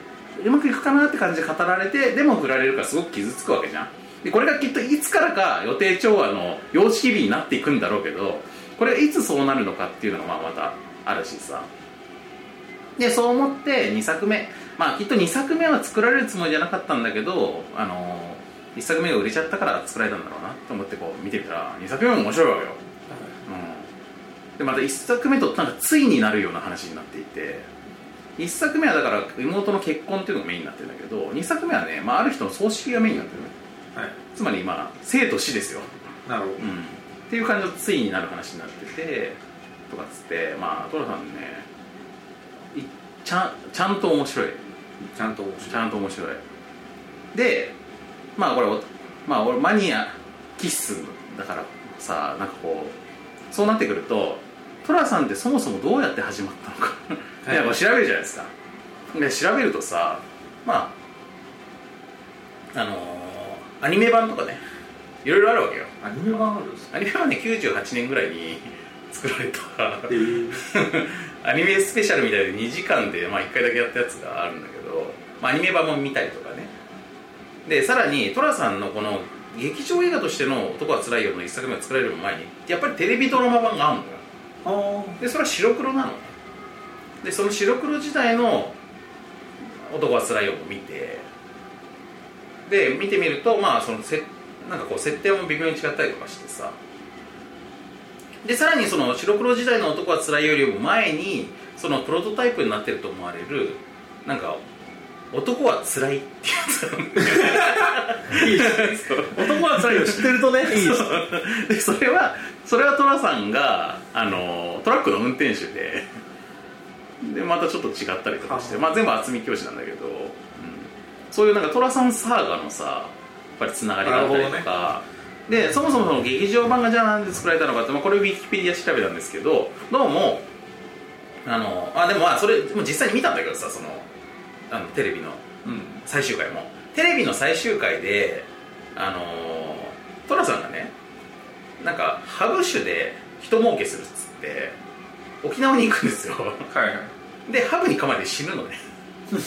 B: ううまくいくかなって感じで語られてでも振られるからすごく傷つくわけじゃんでこれがきっといつからか予定調和の様式日になっていくんだろうけどこれがいつそうなるのかっていうのがまあまたあるしさでそう思って2作目まあきっと2作目は作られるつもりじゃなかったんだけどあの1作目が売れちゃったから作られたんだろうなと思ってこう見てみたら2作目も面白いわけよ、うん、でまた1作目となんかついになるような話になっていて1作目はだから妹の結婚っていうのがメインになってるんだけど2作目はね、まあ、ある人の葬式がメインになってるね
D: はい
B: つまりまあ生と死ですよ、
D: なるほど
B: うん、っていう感じのついになる話になっててとかっつってまあ寅さんねいちゃんちゃんと面白い
D: ちゃんと面白い
B: ちゃんと面白いでまあこれおまあ俺マニア気質だからさなんかこうそうなってくると寅さんってそもそもどうやって始まったのか
C: はい
B: いやっぱ調べるじゃないですかで調べるとさまああのーアニメ版とかねいろいろあるわけよ
C: アニメ版あるんですか
B: アニメ版ね98年ぐらいに作られた
C: えー
B: アニメスペシャルみたいで2時間で、まあ、1回だけやったやつがあるんだけど、まあ、アニメ版も見たりとかねでさらに寅さんのこの劇場映画としての「男はつらいよ」の1作目を作られる前にやっぱりテレビドラマ版があるのよ
C: あー
B: でそれは白黒なのねでその白黒時代の「男はつらいよ」を見てで見てみるとまあそのせなんかこう設定も微妙に違ったりとかしてさでさらにその白黒時代の「男はつらいよ」よりも前にそのプロトタイプになってると思われるなんか「男はつらい」ってやつがあるんだよそう
C: 男は辛いよ知ってる とねいいです
B: でそれはそれは寅さんがあのトラックの運転手ででまたちょっと違ったりとかして、まあ、全部渥美教師なんだけど、うんそういうなんか寅さんサーガのさやっぱりつながりがあったりとか、でそもそもその劇場版がじゃあなんで作られたのかって、まあ、これウィキペディア調べたんですけどどうもあのあでもまあそれもう実際に見たんだけどさそのあのテレビの
C: うん
B: 最終回もテレビの最終回であのー寅さんがねなんかハブ酒で人儲けするっつって沖縄に行くんですよ
C: はいはい
B: でハブに噛まれて死ぬのね で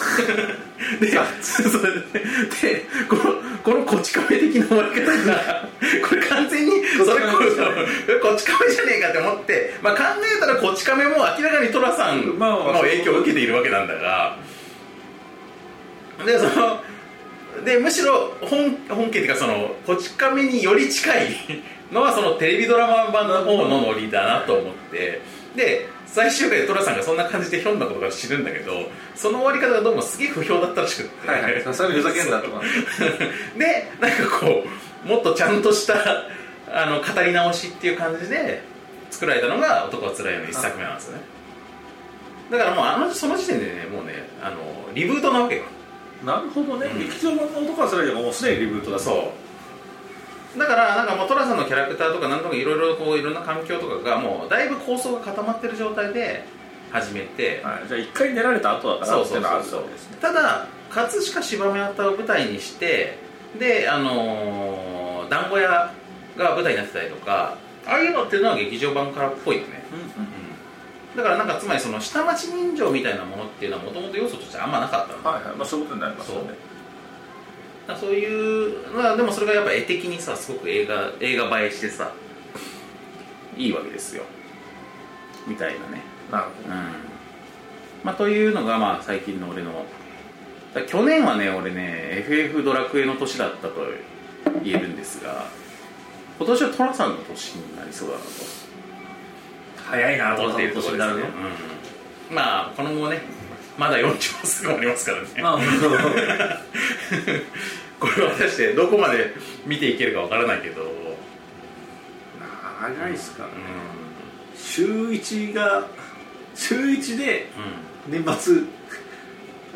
B: それででこのこのこち亀的な終わり方がこれ完全にそれこ
C: こち
B: そこち亀じゃねえかって思って、まあ、考えたらこち亀も明らかに寅さん
C: まあまあ
B: の影響を受けているわけなんだがでそのでむしろ本本家っていうかそのこち亀により近いのはそのテレビドラマ版の方のノリだなと思ってで最終回で寅さんがそんな感じでひょんなことから死ぬんだけどその終わり方がどうもすげえ不評だったらしくって、
C: はいはいさすがにふざけんなとか
B: でなんかこうもっとちゃんとしたあの語り直しっていう感じで作られたのが「男はつらいよ」の一作目なんですよねだからもうあのその時点でねもうねあのリブートなわけよ
C: なるほどね、
B: うん
C: 劇場版の男は辛いよがもうすでにリブートだう
B: そうだからなんかもう寅さんのキャラクターとかなんとかいろいろこういろんな環境とかがもうだいぶ構想が固まってる状態で始めて、
C: はい、じゃあ一回練られた後だから
B: そう
C: って
B: そ
C: いうのは
B: そ
C: あ
B: う
C: る
B: そ
C: わ
B: う
C: けですね
B: ただ葛飾柴目たを舞台にしてであのー団子屋が舞台になってたりとかああいうのっていうのは劇場版からっぽいよね、だからなんかつまりその下町人情みたいなものっていうのはもともと要素としてあんまなかったのだか
C: はいはいまあそういうことになりますよね
B: らそういう、まあ、でもそれがやっぱ絵的にさすごく映画映画映えしてさいいわけですよみたいなね
C: なるほ
B: うんまあ、というのがまあ最近の俺のだから去年はね俺ね FF ドラクエの年だったと言えるんですが今年は寅さんの年になりそうだな
C: ど早いな
B: と思っているところですね、
C: ね
B: うんまあこの後ねまだ40すぐありますからね、
C: まあ
B: これは果たしてどこまで見ていけるかわからないけど、うん、
C: 長いっすからね週1が週1で年末
B: うん、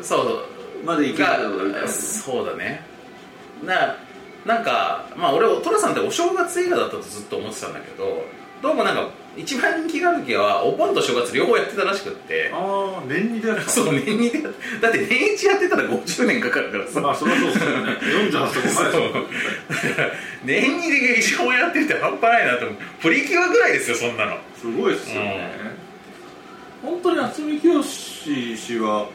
B: そうそう
C: までいけるかどうか
B: がそうだねななんかまあ俺寅さんってお正月映画だったとずっと思ってたんだけどどうもなんか一番人気がある時はお盆と正月両方やってたらしくって
C: ああ年2でやる
B: そう年にでだって年一やってたら50年かかるからさ、
C: まあそりゃそうっすよね48と
B: そう
C: か
B: だから年にで劇場やってるって半端ないなと思うプリキュアぐらいですよそんなの
C: すごいっすよね、本当に渥美清氏は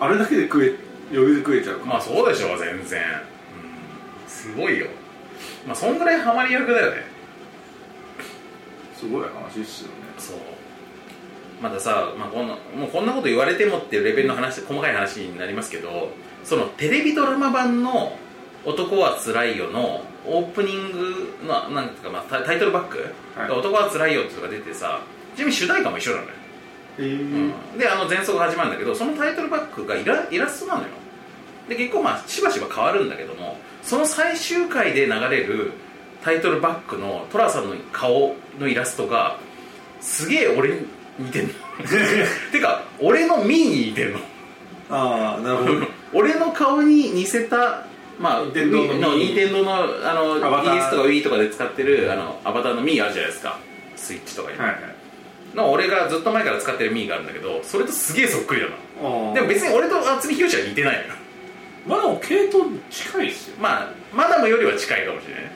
C: あれだけで食え余裕で食えちゃうから、
B: まあそうでしょう全然、うん、すごいよまあそんぐらいハマり役だよね
C: すごい話っすよね
B: そうまださ、まあ、こんなもうこんなこと言われてもっていうレベルの話細かい話になりますけどそのテレビドラマ版の「男はつらいよ」のオープニングのなんていうか、まあ、タタイトルバック「
C: はい
B: 男はつらいよ」っていうのが出てさちなみに主題歌も一緒なのよ、
C: ええ
B: であの前奏が始まるんだけどそのタイトルバックがイライラストなのよで結構まあしばしば変わるんだけどもその最終回で流れるタイトルバックの寅さんの顔のイラストがすげえ俺に似 てんのてか俺のミーに似てんの
C: ああなるほど
B: 俺の顔に似せたまあ、
D: 任天堂の Wii
B: の任天堂のあ
D: アバ
B: の
D: ター
B: DS とか Wii とかで使ってるあのアバターの Mii あるじゃないですかスイッチとかに、
D: はいはい
B: の俺がずっと前から使ってる Mii があるんだけどそれとすげえそっくりだな
D: あー
B: でも別に俺と渥美博士は似てないのよ
F: まあでも系統近いですよ
B: まあマダムよりは近いかもしれないね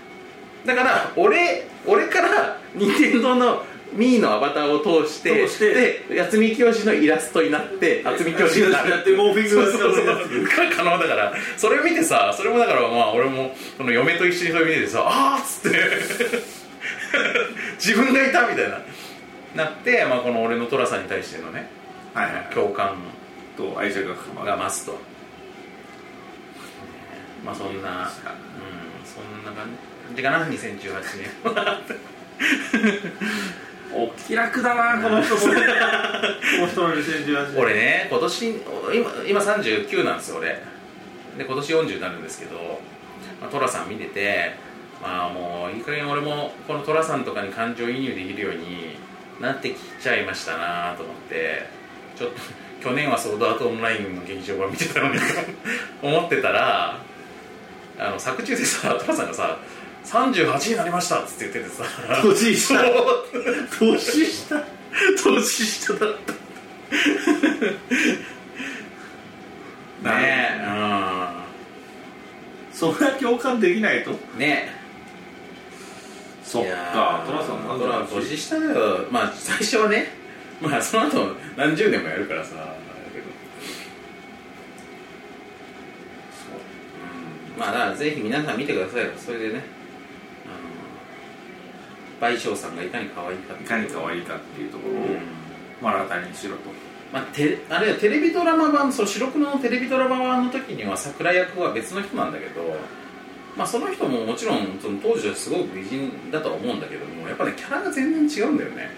B: だから俺俺から任天堂の Mii のアバターを通して
F: 通して
B: で渥美清のイラストになって渥美清になる
F: やってモーフィング
B: そう
F: が
B: そ
F: 使
B: う
F: わ
B: そ
F: れ
B: う
F: るやつ
B: 可能だからそれを見てさそれもだからまあ俺もその嫁と一緒にそれ見ててさあーっつって 自分がいたみたいななって、まあ、この俺の寅さんに対してのね
D: はいはい
B: 共感
D: と愛着が深ま
B: が
D: る
B: 増すとまあそんなうんそんな感じかな2018年
D: お気楽だなこの人もこの人の2018
B: 俺ね今年今今39なんですよ俺で今年40になるんですけど、まあ、トラさん見ててまあもういい加減俺もこのトラさんとかに感情移入できるようになってきちゃいましたなと思ってちょっと去年はソードアートオンラインの劇場版見てたのに 思ってたらあの作中でさトラさんがさ38になりましたっつって言っててさ
F: 年下
B: そう
F: 年下
B: 年下だった
D: なる
B: ねえ
D: それは共感できないと
B: うんね
D: そっ
B: いや
D: か
B: ー
D: トラさんなん
B: トラ年下だよまあ最初はね まあその後何十年もやるからさあれだけどそう、うん、まあだからぜひ皆さん見てくださいよそれでねあの倍賞さんがいかに可愛いかって
D: いうかに可愛いかっていうところ
B: う
D: を
B: ん
D: 目の当たりにしろと
B: まあ、てあれはテレビドラマ版そう白黒のテレビドラマ版の時には桜役は別の人なんだけど、まあ、その人ももちろんその当時はすごく美人だとは思うんだけどもやっぱねキャラが全然違うんだよね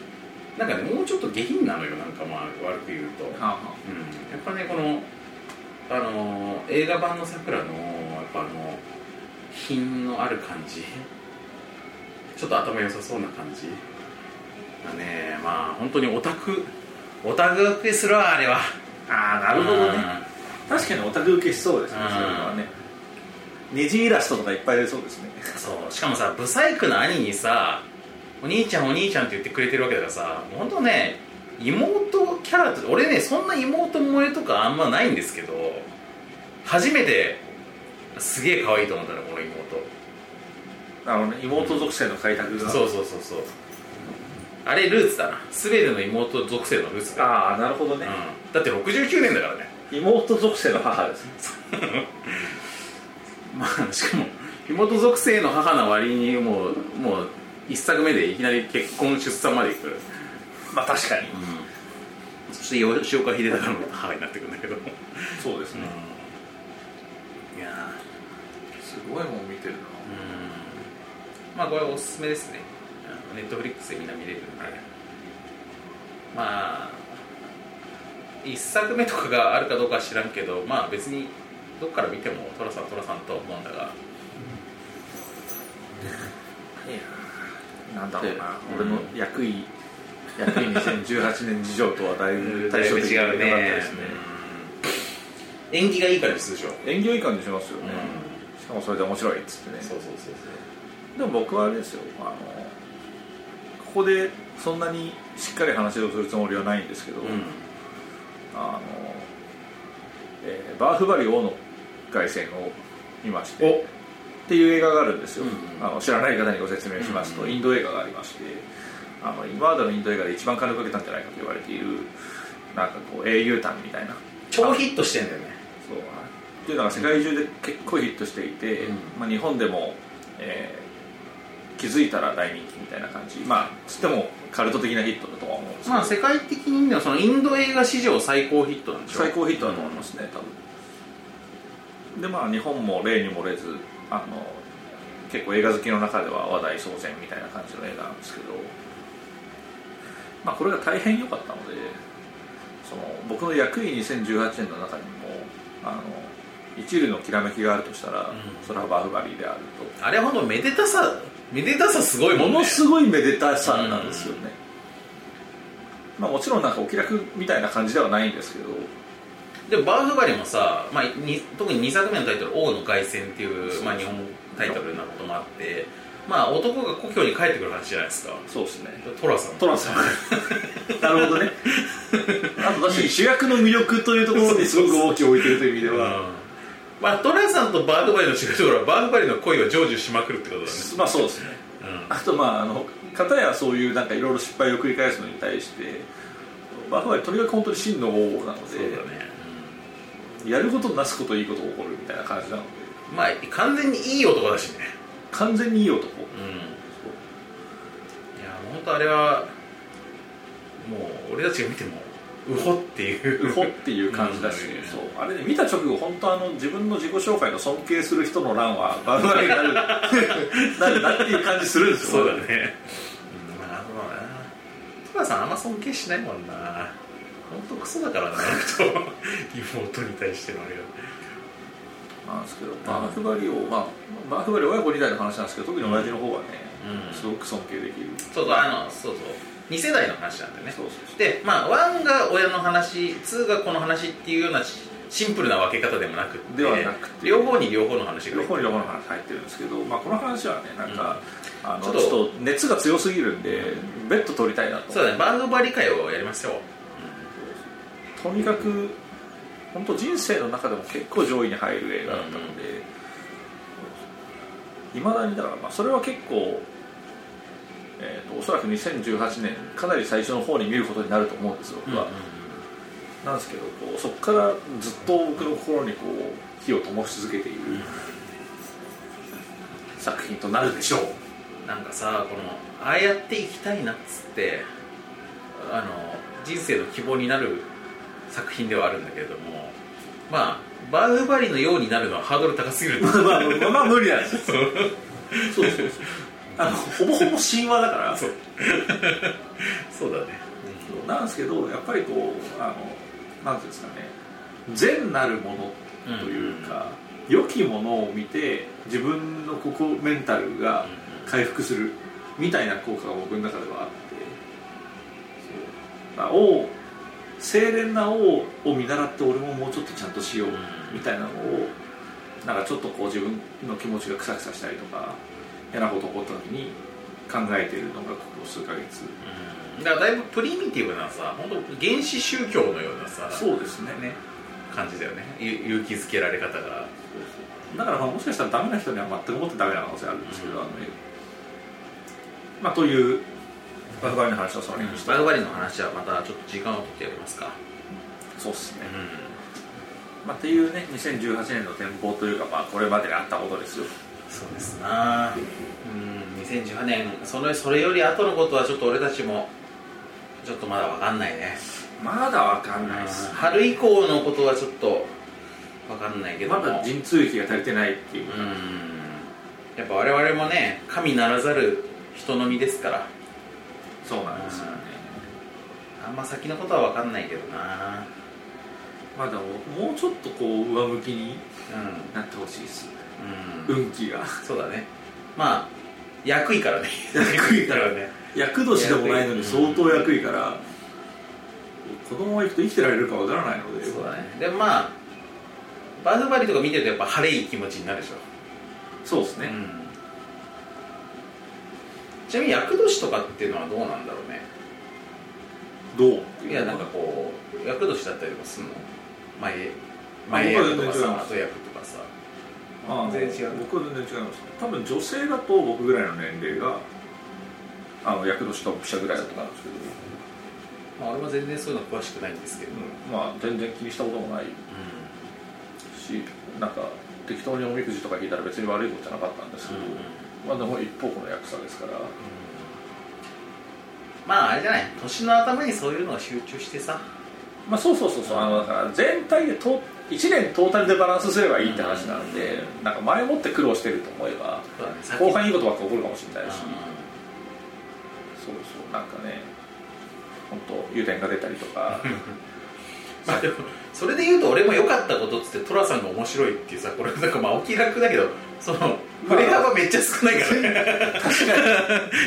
B: なんかねもうちょっと下品なのよなんかまあ悪く言うと、うん、やっ
D: は
B: ぱねこの、あのー映画版の桜のやっぱあの品のある感じちょっと頭良さそうな感じがねまあ本当にオタクオタク受けするわあれは
D: ああな
B: な
D: るほどね確かにオタク受けしそうですね
B: うん
D: そういうのはねネジイラストとかいっぱい出そ うですね
B: そうしかもさブサイクな兄にさお兄ちゃんお兄ちゃんって言ってくれてるわけだからさ本当ね妹キャラって俺ねそんな妹萌えとかあんまないんですけど初めてすげえ可愛いと思ったのこの妹
D: あのね妹属性の開拓が
B: そうそうそうそうあれルーツだな全ての妹属性のルーツだよ、
D: ああなるほどね
B: うん、だって69年だからね
D: 妹属性の母ですね
B: まあしかも妹属性の母な割にもうもう一作目でいきなり結婚出産までいく、
D: まあ確かに
B: そして吉岡秀隆の母になってくるんだけど、
D: そうですね
B: いや
D: すごいもん見てるな
B: ーまあこれおすすめですねネットフリックスでみんな見れるんで、まあ一作目とかがあるかどうかは知らんけどまあ別にどっから見ても寅さん寅さんと思うんだが
D: なんだろうな
B: うん
D: 俺の役員役員2018年事情とはだいぶ対照的で良かったですね
B: うん演技がいいからですでしょ、
D: 演技いい感じしますよねしかもそれで面白いっつってね
B: そうそうそうそう
D: でも僕はあれですよあのここでそんなにしっかり話をするつもりはないんですけど、
B: う
D: あの、えーバーフバリ王の凱旋を見まして
B: お
D: っていう映画があるんですよ、
B: うんうん
D: あの知らない方にご説明しますと、
B: うんうん
D: インド映画がありましてあの今までのインド映画で一番金かけたんじゃないかと言われているなんかこう英雄譚みたいな
B: 超ヒットしてんだよね
D: そうっていうのが世界中で結構ヒットしていて、
B: うん
D: まあ、日本でも、えー気づいたら大人気みたいな感じまあつってもカルト的なヒットだとは思うんですけど、
B: まあ世界的にはそのインド映画史上最高ヒットなんでしょ
D: 最高ヒットだと思いますね多分でまあ日本も例に漏れずあの結構映画好きの中では話題騒然みたいな感じの映画なんですけどまあこれが大変良かったのでその僕の役員2018年の中にもあの一縷のきらめきがあるとしたら、
B: ん
D: それはバフバリーであると
B: あれほんとめでたさめでたさすごいもんね
D: ものすごいめでたさなんですよね、まあ、もちろんなんかお気楽みたいな感じではないんですけど
B: でもバウフバリもさ、まあ、に特に2作目のタイトル「王の凱旋」っていう
D: そう
B: まあ、日本タイトルなこともあってまあ男が故郷に帰ってくる話じゃないですか
D: そうですね
B: トラさん
D: トラさんなるほどねあと確かに主役の魅力というところにすごく大きく置いてるという意味で
B: うん
D: は、
B: まあ、トラさんとバードバリの違うところはバードバリの恋は成就しまくるってことだね、
D: まあそうですね
B: うん
D: あとまああの片やそういうなんかいろいろ失敗を繰り返すのに対してバファリとにかく本当に真の王なの
B: そうだ
D: で、
B: ね、
D: やることなすこといいこと起こるみたいな感じなので
B: うんまあ完全にいい男だしね
D: 完全にいい
B: う
D: 男
B: んいや本当あれはもう俺たちが見てもうほっていう
D: うほっていう感じだし、
B: うん
D: そうあれね見た直後本当あの自分の自己紹介の尊敬する人の欄はバファリにな るなるなっていう感じするんですよ
B: そうだねうんまあまあなトラさんあんま尊敬しないもんな本当クソだからな と妹に対してのあれが
D: なんですけどバファリを、まあ、バファリ親子2代の話なんですけど特に親父の方はね、
B: うん
D: すごく尊敬できる
B: そうそうあのそうそう2世代の話なんだよね
D: そうそうそう
B: でまあ1が親の話2がこの話っていうようなしシンプルな分け方でもなくって
D: ではなくて
B: 両方に両方の話が
D: 両方に両方の話入ってるんですけど、まあ、この話はねなんか、あの
B: ち
D: ち
B: ょっと
D: ょっと熱が強すぎるんでベッド取りたいなと
B: そうだねバーグバリ会をやりますよ
D: とにかく本当人生の中でも結構上位に入る映画だったのでいま、未だにだから、まあ、それは結構、えーとおそらく2018年かなり最初の方に見ることになると思うんですよ僕は、なんですけどこうそこからずっと僕の心にこう火を灯し続けている作品となるでしょう
B: なんかさこのああやっていきたいなっつってあの人生の希望になる作品ではあるんだけれどもまあバーグバリのようになるのはハードル高すぎるんだ
D: まあ、まあまあ無理なんですよそうそうそうあのほぼほぼ神話だから
B: そう そうだね
D: なんですけどやっぱりこうあのなんていうんですかね善なるものというか、良きものを見て自分のここメンタルが回復するみたいな効果が僕の中ではあってそうまあ王清廉な王を見習って俺ももうちょっとちゃんとしようみたいなのをなんかちょっとこう自分の気持ちがクサクサしたりとか嫌なこと起こった時に考えてるのがここ数ヶ月
B: うんだからだいぶプリミティブなさ本当原始宗教のようなさ
D: そうですね
B: ね感じだよねゆ勇気づけられ方が
D: だからまあもしかしたらダメな人には全く思ってダメな可能性あるんですけど、あのまあというバフバリの話はその辺にして、
B: バーグバリの話はまたちょっと時間を取ってやりますか
D: そうっすね
B: う、ん
D: まあ、っていうね2018年の展望というかまあこれまでにあったことですよ
B: そうですなうん2018年そのそれより後のことはちょっと俺たちもちょっとまだ分かんないね
D: まだわかんないっす
B: 春以降のことはちょっと分かんないけど
D: ま
B: も
D: だ
B: うん
D: 陣痛液が足りてないっていう、
B: やっぱ我々もね神ならざる人の身ですから
D: そうなんですよね、
B: あんま先のことは分かんないけどな
D: まあでももうちょっとこう上向きに
B: う
D: なってほしいっす
B: ん、うん、
D: 運気が
B: そうだねまあ役いからね
D: 役いから
B: ね
D: 厄年でもないのに相当役いから子供がいくと生きてられるかわからないので
B: そうだねでもまあバズバリとか見てるとやっぱ晴れいい気持ちになるでしょ
D: そうですね、
B: うんちなみに厄年とかっていうのはどうなんだろうね
D: どうってう
B: いやなんかこう厄年だったりとかするの前
D: あ
B: 前役とか
D: 僕は全然違いま
B: さ
D: す
B: 後役とかさ
D: ああ
B: 全然違う
D: 僕は全然違います多分女性だと僕ぐらいの年齢があの役年ドンピシャぐらいだと思うんですけど、
B: まあ俺も全然そういうの詳しくないんですけど、
D: まあ全然気にしたこともないしなんか適当におみくじとか引いたら別に悪いことじゃなかったんですけど、
B: うん
D: まあでも一方この役者ですから
B: まああれじゃない年の頭にそういうのが集中してさ
D: まあそうそうそうそうあのだから全体でと1年トータルでバランスすればいいって話なんで、なんか前もって苦労してると思えば
B: そうだね先
D: 後半いいことばっか起こるかもしれな
B: う
D: い
B: ん
D: し、そうそうなんかね本当油田が出たりとか
B: まあでもそれで言うと俺も良かったことっつって寅さんが面白いっていうさこれなんかまあお気楽だけどその触れ幅めっちゃ少ないからね
D: 確か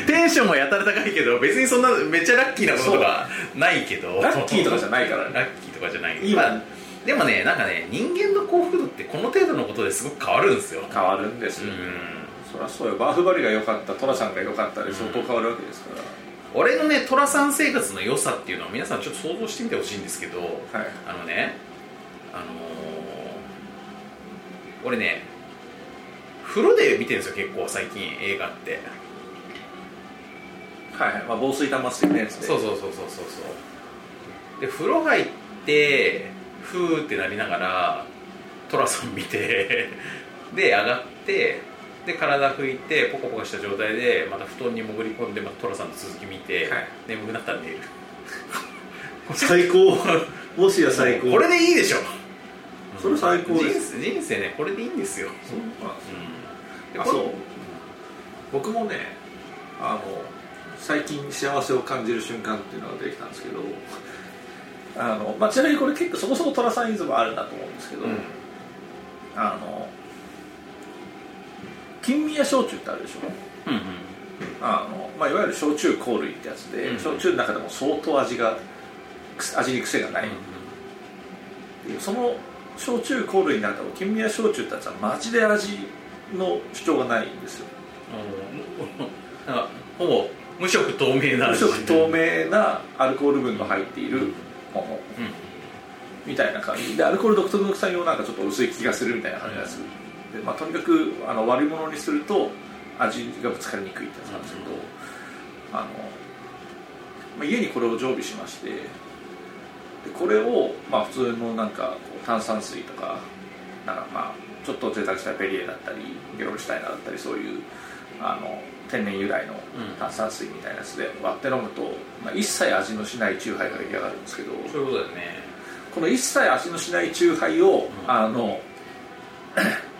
D: に
B: テンションもやたら高いけど別にそんなめっちゃラッキーなこととかないけど
D: ラッキーとかじゃないからね
B: ラッキーとかじゃない
D: 今
B: まあでもねなんかね人間の幸福度ってこの程度のことですごく変わるんですよ
D: 変わるんです
B: う
D: よ、
B: ん
D: そりゃそうよバーフバリが良かったトラさんが良かったで相当変わるわけですから、
B: 俺のね寅さん生活の良さっていうのは皆さんちょっと想像してみてほしいんですけど
D: はい
B: あのねあのー俺ね風呂で見てるんですよ結構最近映画って
D: はいはい、まあ、防水端末的なやつで
B: そうそうそうそうそうそうで風呂入ってふーってなりながら寅さん見て で上がってで体拭いてポコポコした状態でまた布団に潜り込んでまた寅さんの続き見て、
D: はい
B: 眠くなったら寝る
D: 最高もしや最高
B: これでいいでしょ
D: それ最高で
B: 人生人生ねこれでいいんですよ、
D: そうなんです
B: うんで
D: あ
B: こ
D: そう
B: れ
D: 僕もねあの最近幸せを感じる瞬間っていうのができたんですけどあの、まあ、ちなみにこれ結構そこそこトラさんイズムあるなと思うんですけど、
B: うん
D: あの金宮焼酎ってあるでしょ
B: うん
D: あの、まあ、いわゆる焼酎香類ってやつで、
B: うん
D: 焼酎の中でも相当味がくす味に癖がない、っていうその焼酎香類になると金宮焼酎ってやつはマジで味の主張がないんですよ
B: うんなんかほぼ無色透明な
D: 無
B: 味
D: 色透明なアルコール分が入っているもの
B: うん
D: みたいな感じでアルコール独特の臭みもなんかちょっと薄い気がするみたいな感じがする、でまあ、とにかくあの悪いものにすると味がぶつかりにくいってやつなんですけど、あのまあ、家にこれを常備しましてでこれを、まあ、普通のなんかこう炭酸水とかなんかまあちょっと贅沢したペリエだったりゲロルシュタイナーだったりそういうあの天然由来の
B: ん
D: 炭酸水みたいなやつで割って飲むと、まあ、一切味のしないチューハイが出来上がるんですけど
B: そういうことだよね
D: この一切味のしないチューハイを、
B: うん
D: あの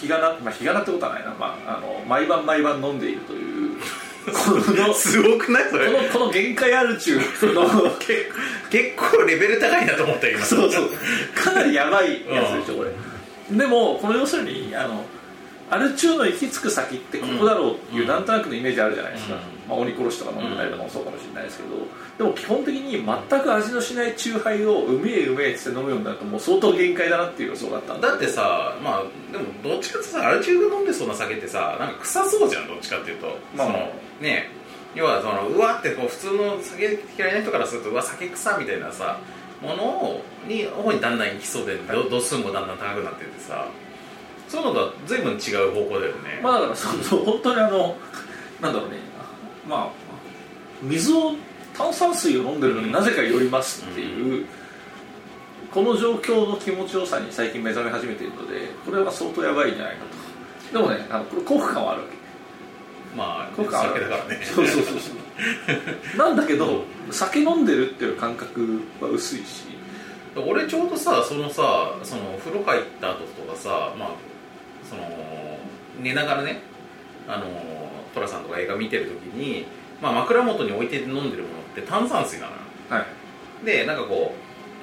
D: 日がな、まあ、日がなってことはないな、まあ、あの毎晩毎晩飲んでいるという このこ
B: すごくないそれ
D: の この限界ある中の
B: 結結構レベル高いなと思った今
D: そうそう かなりやばいやつでしょこれ、でもこれ要するにあのアル中の行き着く先ってここだろうっていううんなんとなくのイメージあるじゃないですか、
B: うん
D: まあ、鬼殺しとか飲んでたりとかもそうかもしれないですけどでも基本的に全く味のしないチューハイをうめえうめえって飲むようになるともう相当限界だなっていう予想だったんで
B: だってさまあでもどっちかってさアルチューが飲んでそうな酒ってさなんか臭そうじゃんどっちかっていうと、
D: まあ
B: その
D: まあ
B: ね要はそのうわってこう普通の酒嫌いな人からするとうわ酒臭みたいなさものをに方にだんだん行きそうでど度数もだんだん高くなってってさそういうのとは随分違う方向だよね、
D: まあだからそうそう本当にあのなんだろうねまあ水を炭酸水を飲んでるのになぜか酔いますっていう、この状況の気持ちよさに最近目覚め始めているのでこれは相当やばいんじゃないかとでもねあのこれ幸福感はあるわけ
B: まあ
D: 効果ある
B: 酒だからね
D: そうそうそう そうなんだけど酒飲んでるっていう感覚は薄いし
B: 俺ちょうどさそのさその風呂入った後とかさまあその寝ながらねあの寅さんとか映画見てる時に、まあ、枕元に置いて飲んでるものって炭酸水なのよ
D: はい
B: でなんかこ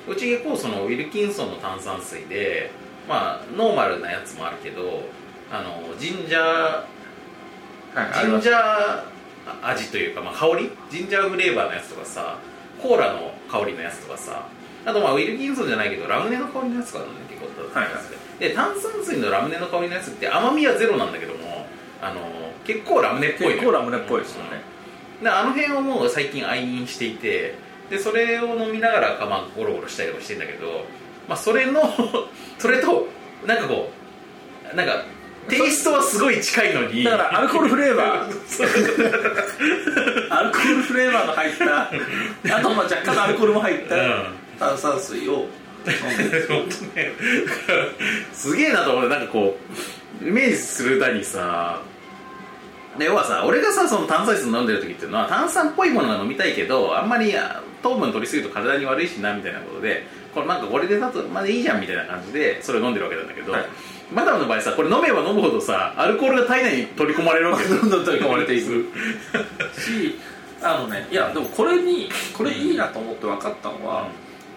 B: ううち結構そのウィルキンソンの炭酸水でまあノーマルなやつもあるけどあのジンジャ
D: はいあ
B: ー
D: り
B: ジン
D: ます
B: ジャー味というか、まあ、香りジンジャーフレーバーのやつとかさコーラの香りのやつとかさあとまあウィルキンソンじゃないけどラムネの香りのやつとかあるのね結構
D: はいはい
B: で炭酸水のラムネの香りのやつって甘みはゼロなんだけどもあの結構ラムネっぽいのよ
D: 結構ラムネっぽいですよね、
B: であの辺をもう最近愛飲していてでそれを飲みながらか、まあ、ゴロゴロしたりとかしてんだけど、まあ、それのそれとなんかこうなんかテイストはすごい近いのに
D: だからアルコールフレーバー
B: そう
D: アルコールフレーバーの入ったあとまあ若干のアルコールも入った
B: うん
D: 炭酸水を飲んでる
B: 本当ねすげえなと思ってなんかこうイメージする歌にさで要はさ俺がさその炭酸水飲んでる時っていうのは炭酸っぽいものが飲みたいけどあんまりあ糖分取りすぎると体に悪いしなみたいなことでこれなんかこれでだとまでいいじゃんみたいな感じでそれを飲んでるわけなんだけど、
D: はい
B: マダムの場合さこれ飲めば飲むほどさアルコールが体内に取り込まれるわけよ
D: どんどん取り込まれていくしあのねいやでもこれにこれいいなと思って分かったのは、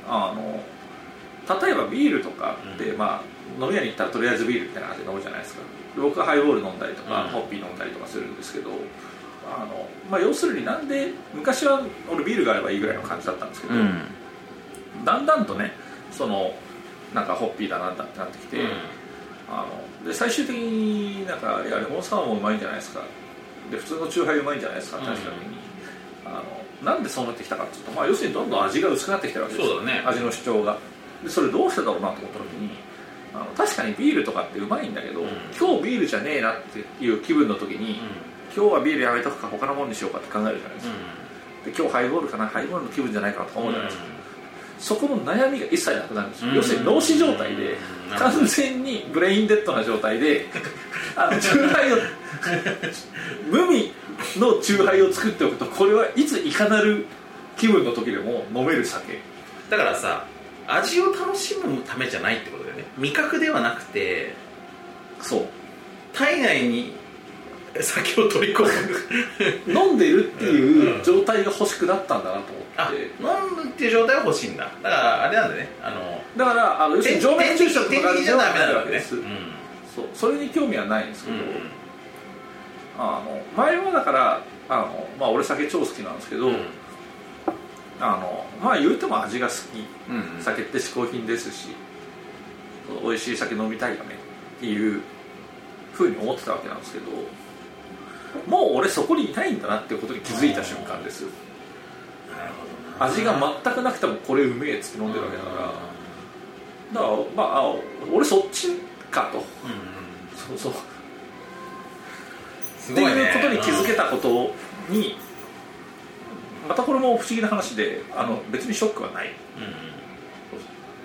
D: あの例えばビールとかって、
B: う
D: まあ飲み屋に行ったらとりあえずビールみたいな感じで飲むじゃないですかで僕はハイボール飲んだりとか、
B: うん
D: ホッピー飲んだりとかするんですけどあの、まあ、要するになんで昔は俺ビールがあればいいぐらいの感じだったんですけど、
B: うん
D: だんだんとねそのなんかホッピーだなんだってなってきて、あので最終的になんか「いやレモンサワーもうまいんじゃないですか」で普通のチューハイうまいんじゃないですかってなった時に、あのなんでそうなってきたかっていうと、まあ、要するにどんどん味が薄くなってきてるわけです
B: そうだね
D: 味の主張がでそれどうしてだろうなと思った時にあの確かにビールとかってうまいんだけど、
B: うん
D: 今日ビールじゃねえなっていう気分の時に、今日はビールやめとくか他のものにしようかって考えるじゃないですか、で今日ハイボールかなハイボールの気分じゃないかなとか思うじゃないですか、そこの悩みが一切なくなるんですよ、
B: うん
D: 要するに脳死状態で、
B: うん
D: 完全にブレインデッドな状態であのチューハイを無味のチューハイを作っておくとこれはいついかなる気分の時でも飲める酒
B: だからさ味を楽しむためじゃないってことだよね味覚ではなくて
D: そう
B: 体内に酒を取 り込む
D: 飲んでるってい
B: うん
D: う状態が欲しくなったんだなと思
B: あ
D: って、
B: 飲むっていう状態は欲しいんだだからあれなんだねあの
D: だからあの要するに静脈注射と
B: 点
D: か
B: 滴じゃダメなわけ
D: で
B: ね
D: す、
B: うん
D: そうそれに興味はないんですけ
B: う
D: ど、
B: ん
D: あの前はだからあの、まあ、俺酒超好きなんですけど、
B: うん
D: あのまあ言うても味が好
B: うん
D: き酒って嗜好品ですし美味しい酒飲みたいよねっていうふうに思ってたわけなんですけどもう俺そこにいないんだなっていうことに気づいた瞬間ですよ
B: なるほどな
D: 味が全くなくてもこれうめえっつって飲んでるわけだからだからまああ俺そっちかと
B: うんうん
D: そうそう
B: す
D: って
B: ごいね
D: いうことに気づけたことにまたこれも不思議な話であの別にショックはない
B: うんうん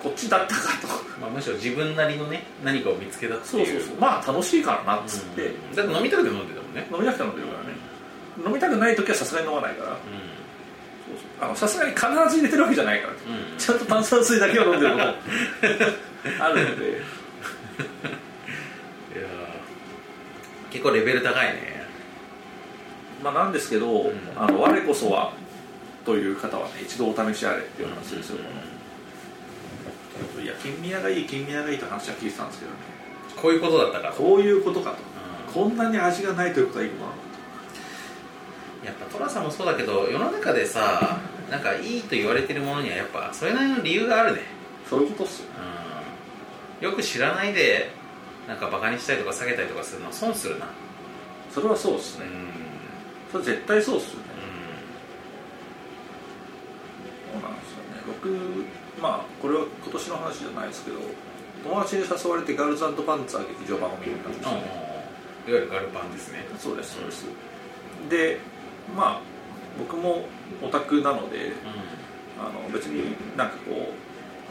D: こっちだったかと
B: まあ、むしろ自分なりのね何かを見つけたって
D: そう
B: いう
D: そうそうまあ楽しいからなっつって、
B: うんだって飲みたくて飲んでたもんね
D: 飲みたくて飲んでるからね飲みたくない時はさすがに飲まないからそうそうあのさすがに必ず入れてるわけじゃないから
B: うん、うん
D: ちゃんと炭酸水だけは飲んでることも あるんで
B: いやー結構レベル高いね
D: まあなんですけど、
B: ん
D: あの我こそはという方はね一度お試しあれっていう話ですよ、いや金宮がいい金宮がいいと話は聞いてたんですけどね
B: こういうことだったから
D: こういうことかと、
B: うん
D: こんなに味がないということはいいことなのか
B: やっぱ寅さんもそうだけど世の中でさなんかいいと言われてるものにはやっぱそれなりの理由があるね
D: とそういうことっすよ
B: うんよく知らないでなんかバカにしたりとか下げたりとかするのは損するな
D: それはそうっ
B: う
D: すね
B: ん
D: それ絶対そうっすよね
B: う
D: そうなんですよね僕まあこれは今年の話じゃないですけど友達に誘われてガールズパンツァー劇場版を見に行ったんです
B: んい
D: よ
B: わゆるガルパンですね
D: そうですそうですでまあ僕もオタクなので
B: う
D: あの別になんかこ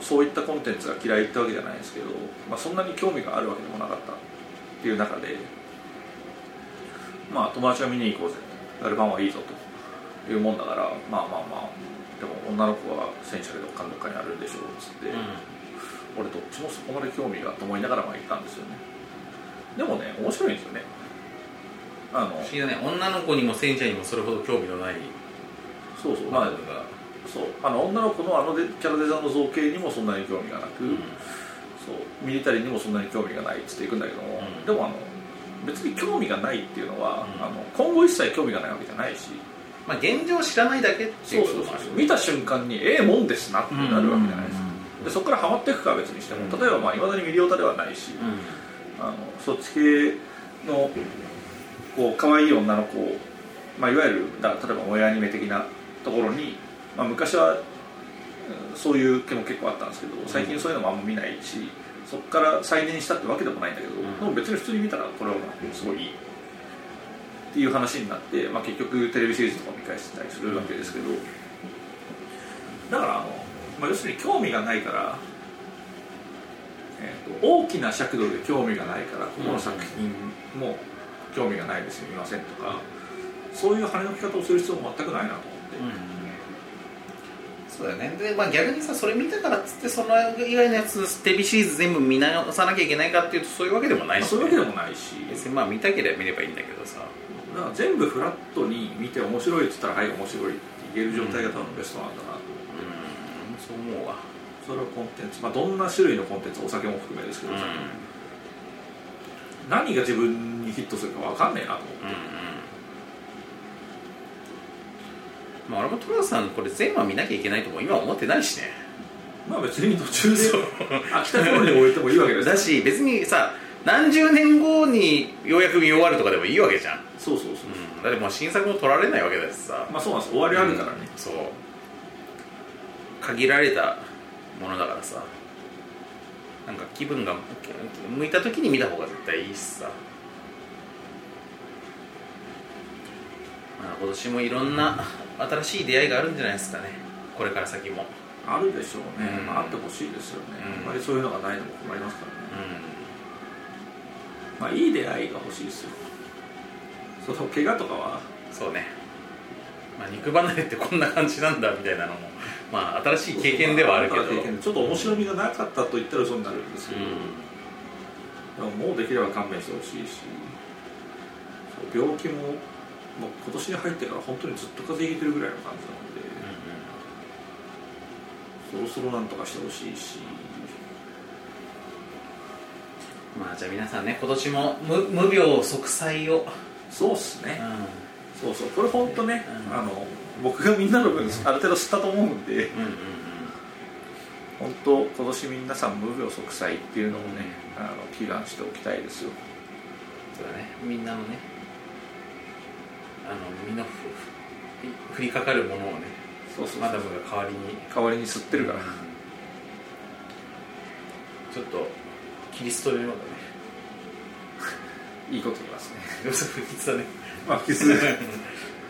D: うそういったコンテンツが嫌いってわけじゃないですけど、まあ、そんなに興味があるわけでもなかったっていう中でまあ友達が見に行こうぜガルパンはいいぞというもんだからまあまあまあでも女の子は戦車でどっかのどっかにあるんでしょうっつって、
B: ん
D: 俺どっちもそこまで興味がと思いながらまあ行ったんですよねでもね面白いんですよねあの
B: 不思議だね女の子にも戦車にもそれほど興味のない
D: そうそうま
B: ま
D: あ
B: あが
D: そうあの女の子のあのでキャラデザの造形にもそんなに興味がなく、
B: うん
D: そうミリタリーにもそんなに興味がないっつっていくんだけども、
B: うん
D: でもあの別に興味がないっていうのは、
B: うん
D: あの今後一切興味がないわけじゃないし
B: まあ現状知らないだけっていうこともあるよね
D: 見た瞬間にええもんですなってなるわけじゃないですか、でそこからハマっていくかは別にしても、
B: うん
D: 例えばまあいまだにミリオタではないし、あのそっち系のこう可愛い女の子を、まあ、いわゆるだ例えば親アニメ的なところに、まあ、昔はうんそういう気も結構あったんですけど最近そういうのもあんま見ないし、そこから再燃したってわけでもないんだけど、
B: ん
D: でも別に普通に見たらこれはすごいいいっていう話になって、まあ、結局テレビシリーズとかも見返してたりするわけですけどだからあの、まあ、要するに興味がないからえーと大きな尺度で興味がないからここの作品も興味がないですみませんとかそういう跳ねのき方をする必要も全くないなと思って、
B: うんそうだよねで、まあ、逆にさそれ見たからっつってその以外のやつテレビシリーズ全部見直さなきゃいけないかっていうとそういうわけでもない
D: まあ
B: し、
D: そういうわけでもないし
B: 別にまあ見たければ見ればいいんだけどさ
D: だから全部フラットに見て面白いって言ったらはい面白いって言える状態が多分ベストなんだな
B: う
D: と、
B: んそう思うわ
D: それはコンテンツ、まあ、どんな種類のコンテンツお酒も含めですけ
B: う
D: ど、
B: ん
D: 何が自分にヒットするか分かんねえなと思って
B: うんまあ俺もトラさんこれ全話見なきゃいけないとも今思ってないしね
D: まあ別に途中で 飽きた頃に終えてもいいわけです
B: だし別にさ何十年後にようやく見終わるとかでもいいわけじゃん、
D: そうそうそう、
B: うん、だってもう新作も取られないわけだしさ
D: まあそうなんです終わりあるからね、
B: うんそう限られたものだからさなんか気分が向いた時に見た方が絶対いいしさ、まあ、今年もいろんな新しい出会いがあるんじゃないですかねこれから先も
D: あるでしょうね、
B: うん
D: まあ、あってほしいですよね、
B: うん
D: あんまりそういうのがないのも困りますからね
B: う
D: まあいい出会いが欲しいですよその怪我とかは
B: んそうね、まあ、肉離れってこんな感じなんだみたいなのもまあ新しい経験ではあるけど
D: 経験ちょっと面白みがなかったと言ったら嘘になるんですけど、
B: う
D: でももうできれば勘弁してほしいしそう病気ももう今年に入ってから本当にずっと風邪ひいてるぐらいの感じなので、
B: ん
D: そろそろなんとかしてほしいし
B: まあじゃあ皆さんね今年も無無病息災を、
D: そうっすね、
B: う
D: そうそうこれ本当ね、
B: うん
D: あの僕がみんなの分ある程度知ったと思うんで
B: ん、うんうんうん
D: 本当今年皆さん無病息災っていうのをね、あの祈願しておきたいですよ
B: そうだねみんなのねあのみんなふふ降りかかるものをね
D: そうそう
B: マダムが代わりに
D: 代わりに吸ってるから、
B: ちょっとキリストのようだね
D: いいこと言いますね
B: 嘘不吉だね
D: まあ不吉だね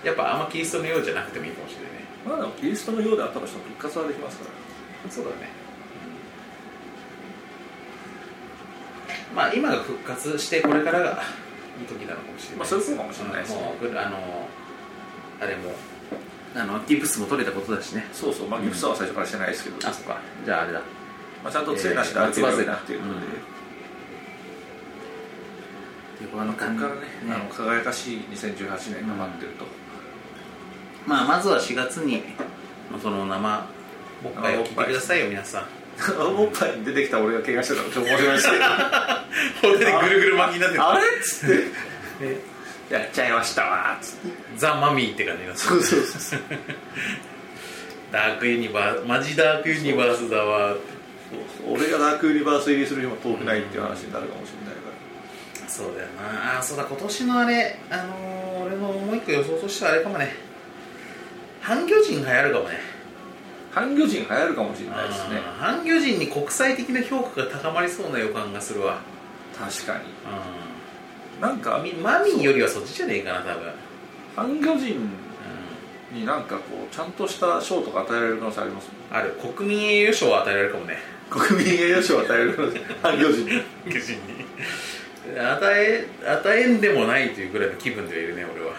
B: やっぱあんまキリストのようじゃなくてもいいかもしれないね
D: まあでもキリストのようであったとしても復活はできますから
B: そうだねまあ今が復活してこれからがいい時なのかもしれない、
D: まあそういうことかもしれないですね
B: もうぐあのあれもあのギプスも取れたことだしね
D: そうそうまあギフスは最初からしてないですけど、
B: あそっかじゃああれだ
D: まあ、ちゃんと杖なしで歩けるようになっているので、
B: 横の
D: ここ
B: 感
D: からねあの輝かしい2018年が待ってると、
B: まあまずは4月にその生おっぱいを聞いてくださいよ皆さん
D: あ のおっぱいに出てきた俺が怪我してたのちょっと面白いですけど
B: 手でぐるぐる巻きになって
D: あれっつってやっちゃいましたわーっつって
B: ザ・マミーって感じがする
D: そうそうそうそう
B: ダークユニバースマジダークユニバースだわ
D: 俺がダークユニバース入りする日も遠くないっていう話になるかもしれないから
B: そうだよなあーそうだ今年のあれあのー、俺のもう一個予想としてはあれかもね半魚人流行るかもね
D: 半魚人流行るかもしれないですね
B: うん半魚人に国際的な評価が高まりそうな予感がするわ
D: 確かに
B: う
D: なんか
B: んみマミーよりはそっちじゃねえかな多分
D: 半魚人になんかこうちゃんとした賞とか与えられる可能性ありますもん
B: ある国民栄誉賞を与えられるかもね
D: 国民栄誉賞を与えるので半魚人
B: 巨人に与え与えんでもないというぐらいの気分でいるね俺は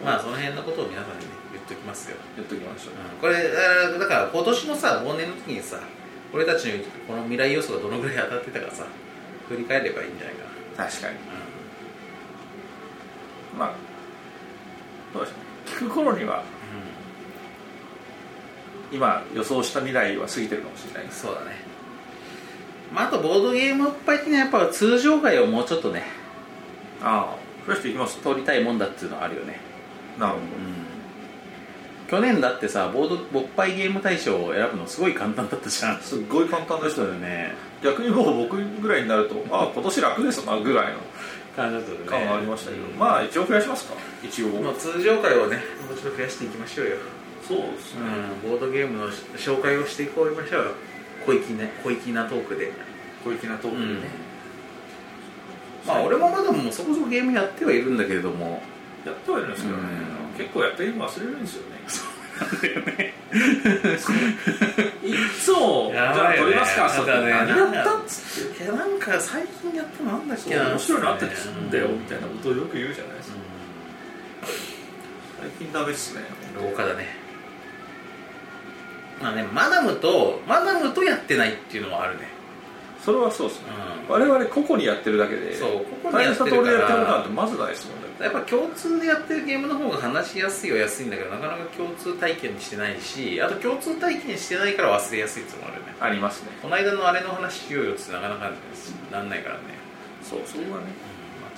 B: 今まあその辺のことを皆さんに、ね、言っときますよ、
D: 言っときましょう
B: うん、これあーだから今年のさ忘年の時にさ俺たちのこの未来予想がどのぐらい当たってたかさ振り返ればいいんじゃないか
D: 確かに
B: な、
D: まあどうでしょう聞く頃には
B: う
D: 今予想した未来は過ぎてるかもしれない
B: ん
D: です
B: そうだねまあ、あとボードゲームいっぱいってねやっぱ通常外をもうちょっとね
D: ああフレッシュいきます
B: 取りたいもんだっていうのはあるよね
D: なるほど
B: 去年だってさボード勃発ゲーム大賞を選ぶのすごい簡単だったじゃん
D: すっごい簡単でしたよね
B: ね
D: 逆にもう僕ぐらいになるとああ今年楽ですなぐらいの
B: 感じだったよね
D: 感はありましたけど、まあ一応増やしますか一応
B: もう通常会をねもうちょっと増やしていきましょうよ、
D: そうですね、
B: うん、ボードゲームの紹介をしていこういましょうよ小粋な小粋なトークで、
D: 小粋なトークでね、
B: まあ俺もまだもうそこそこゲームやってはいるんだけれども
D: やってはいるんですけどね、
B: うん
D: 結構やってるの忘れるんですよね いっつも、じ
B: や
D: ゃ
B: ば
D: あ
B: いよ
D: 撮
B: ね
D: りますか
B: そう
D: 明日
B: だね
D: 何やったっつって
B: いやなんか最近やったのなんだっ
D: そう
B: けな
D: 面白いのあったりするんだよ
B: う
D: みたいなことをよく言うじゃないですか最近ダメっすね
B: 廊下だねまあねマダムとマダムとやってないっていうのはあるね
D: それはそうですね
B: う
D: 我々個々にやってるだけで
B: そう個々
D: 大
B: にやって
D: 差
B: るか
D: と
B: ら
D: 俺やってることなんてまずないですもん
B: ん
D: ね
B: やっぱ共通でやってるゲームの方が話しやすいは安いんだけどなかなか共通体験してないしあと共通体験してないから忘れやすいっていうのもあるよね
D: ありますね
B: この間のあれの話しようよってなかなかなんないからね、
D: そうそれはね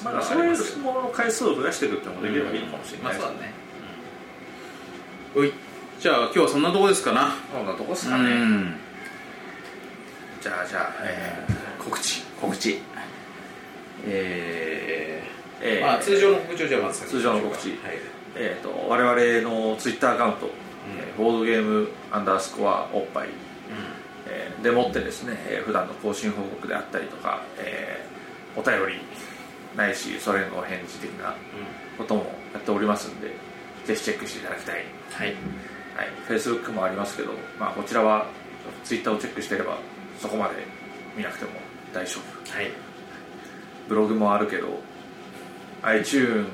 B: ま
D: まだそういうものの回数を増やしていくってのもできればいいのかもしれない
B: まあ
D: で
B: そう
D: す
B: だね、うん、おいじゃあ今日はそんなとこですかな
D: そんなとこっす
B: う
D: かね、
B: ん
D: じゃあじゃあ、え
B: 告知
D: ー、告知えー、えー
B: まあ通常の告知をじゃあまず先に
D: 通常の告知
B: はい
D: えー、と我々のツイッターアカウント、えーボードゲームアンダースコアおっぱい、えーでもってですね、えー普段の更新報告であったりとか、えーお便りないしそれのお返事的なこともやっておりますんでぜひチェックしていただきたい、はい、
B: はい、
D: Facebook もありますけど、まあ、こちらはツイッターをチェックしてればそこまで見なくても大丈夫
B: はい
D: ブログもあるけど iTune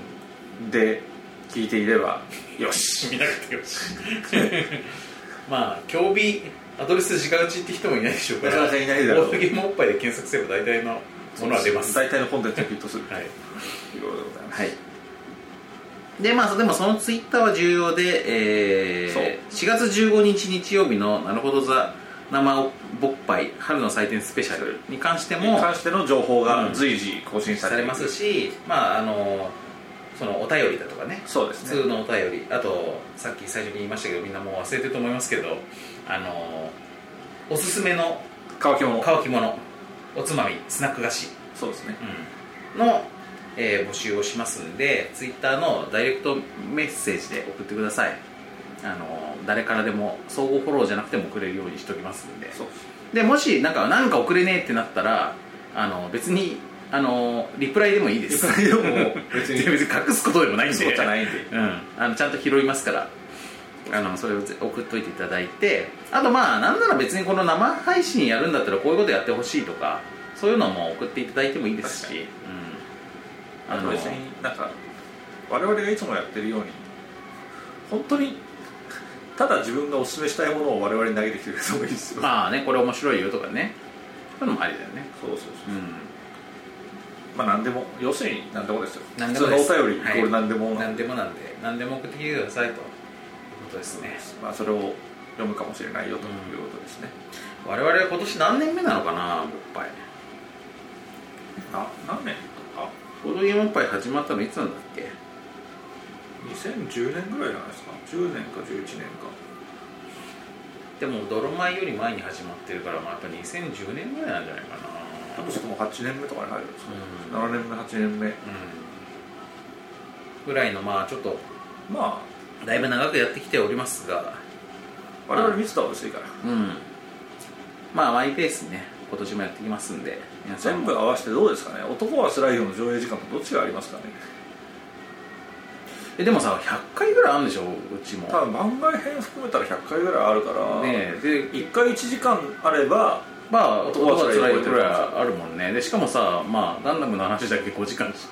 D: で聞いていればよし
B: 見なくてよしまあ競技アドレス直打ちって人もいないでしょうから
D: なかなかいないだろう
B: ボードゲームおっぱいで検索すれば大体のものは出ますは
D: 大体のコンテンツがヒットすると
B: い
D: いうことでございます、
B: はいでまあ、でもそのツイッターは重要で、えー
D: そう
B: 4月15日日曜日の「なるほどザ生ぼっぱい春の祭典スペシャル」に関しても
D: に関しての情報
B: う
D: が
B: ん
D: 随時更新さ
B: さ
D: れ,、
B: れますし、まあ、あのそのお便りだとかね
D: そうです
B: 普
D: ね
B: 通のお便りあとさっき最初に言いましたけどみんなもう忘れてると思いますけどあのおすすめの
D: 乾き物
B: 乾き物おつまみスナック菓子、
D: そうですね
B: うんの、えー募集をしますんでツイッターのダイレクトメッセージで送ってくださいあの誰からでも総合フォローじゃなくても送れるようにしておきますんで
D: そう
B: でもしなんかなんか送れねえってなったらあの別にあのリプライでもいいです
D: リプライでも別に
B: 別に隠すことでもないんで
D: そうじゃないんで
B: うん、あのちゃんと拾いますからあのそれをぜ送っといていただいてあとまあなんなら別にこの生配信やるんだったらこういうことやってほしいとかそういうのも送っていただいてもいいですし、うん、
D: あと別になんか我々がいつもやってるように本当にただ自分がおすすめしたいものを我々に投げてきてくれてもいいですよ、
B: まあねこれ面白いよとかねそういうのもありだよね
D: そうそうそう
B: うん
D: まあ何でも要するに何でもですよ
B: 何でもです
D: 普通のお便りイコール何でもなんで、
B: 何でもなんで何でも送ってきてくださいということですね
D: まあ、それを読むかもしれないよということですね、
B: 我々は今年何年目なのかなおっぱい
D: あ何年あ
B: ボードゲームおっぱい始まったのいつなんだっけ
D: 2010年ぐらいじゃないですか10年か11年か
B: でも泥米より前に始まってるから、まあ、やっぱ2010年ぐらいなんじゃないかな
D: 多分そこも8年目とかに入るんですか、ね
B: うん
D: 7年目8年目
B: ぐらいのまあちょっと
D: ま
B: だいぶ長くやってきておりますが
D: あ我々ミスターは薄いから
B: うんまあマイペースにね今年もやってきますんで皆さん
D: 全
B: も
D: 部合わせてどうですかね男はスライドの上映時間とどっちがありますかね
B: えでもさ100回ぐらいあるんでしょうちも
D: 多分番外編含めたら100回ぐらいあるから、
B: ねえで
D: 1回1時間あれば
B: まあ男
D: 男は
B: は
D: 辛い
B: 辛いぐらいあるもんねでしかもさまあガンダムの話だけ5時間し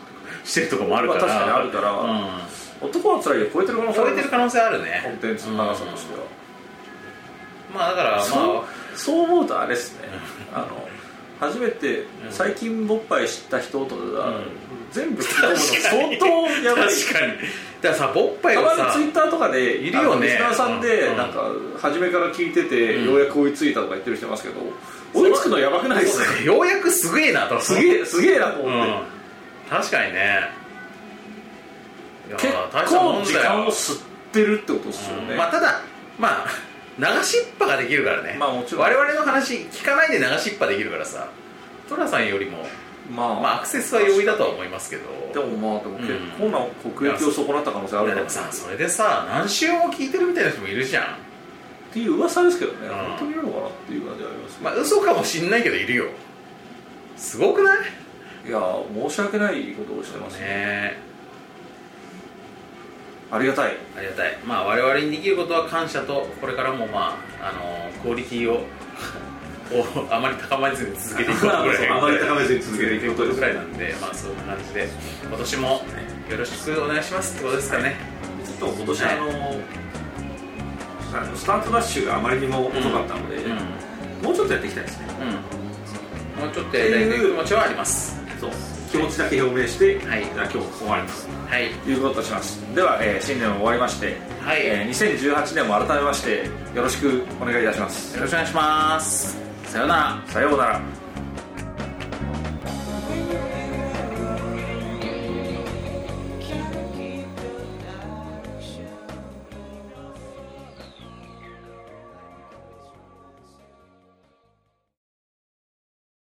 B: してるとこもあるから、
D: まあ確かにあるから
B: うん
D: 男はスライド超えてる可能性あ
B: 超え
D: りま
B: て
D: す
B: る可能性あるね
D: コンテンツの長さとしては、
B: うんまあだからま
D: そう
B: あ
D: そう思うとあれですねあの初めて最近ボッパイ知った人とかが、
B: うん
D: 全部聞いたもの相当やばい
B: 確かにだからさボッパイ
D: た
B: は
D: ま
B: さ
D: にツイッターとかで
B: いるよね
D: あのリスナーさん
B: う
D: で
B: ん
D: なんか初めから聞いてて、
B: うん
D: ようやく追いついたとか言ってる人いますけど、追いつくのやばくないですか
B: ようやくすげえなと
D: すげえすげえなと
B: う
D: 思って、
B: ん確かにねいや
D: 結
B: ー大したも
D: 構
B: ん
D: 時
B: だ
D: 間
B: よ
D: を吸ってるってことですよね、
B: まあただまあ流しっぱができるからね
D: まあもちろん
B: 我々の話聞かないで流しっぱできるからさ寅さんよりも
D: まあ
B: まあアクセスは容易だとは思いますけど
D: でもまあでも結構な国益を損なった可能性あ
B: い
D: る
B: や
D: な
B: でもさそれでさ何週も聞いてるみたいな人もいるじゃん
D: っていう噂ですけどね、
B: ん
D: 本当にいるのかなっていう感じはあります、
B: まあ嘘かもしんないけどいるよすごくない
D: いやー申し訳ないことをしてますね
B: ね
D: ありがたい
B: ありがたいまあ我々にできることは感謝とこれからもまああのクオリティを をあまり高めずに続けていくことぐ らい
D: あまり高めずに続けていくことです
B: ぐらいなんでまあ そんな感じで今年もよろしくお願いしますってことですかね、
D: ちょっと今年
B: は
D: あ
B: い
D: のあのスタートダッシュがあまりにも遅かったので、
B: うんうん
D: もうちょっとやっていきたいですね
B: もうちょっとやりたいという気持ちはあります
D: そう気持ちだけ表明して、
B: はい
D: じゃあ今日終わります
B: はい
D: ということとしますでは、えー新年も終わりまして、
B: はい
D: えー2018年も改めましてよろしくお願いいたします
B: よろしくお願いしますさようなら
D: さようなら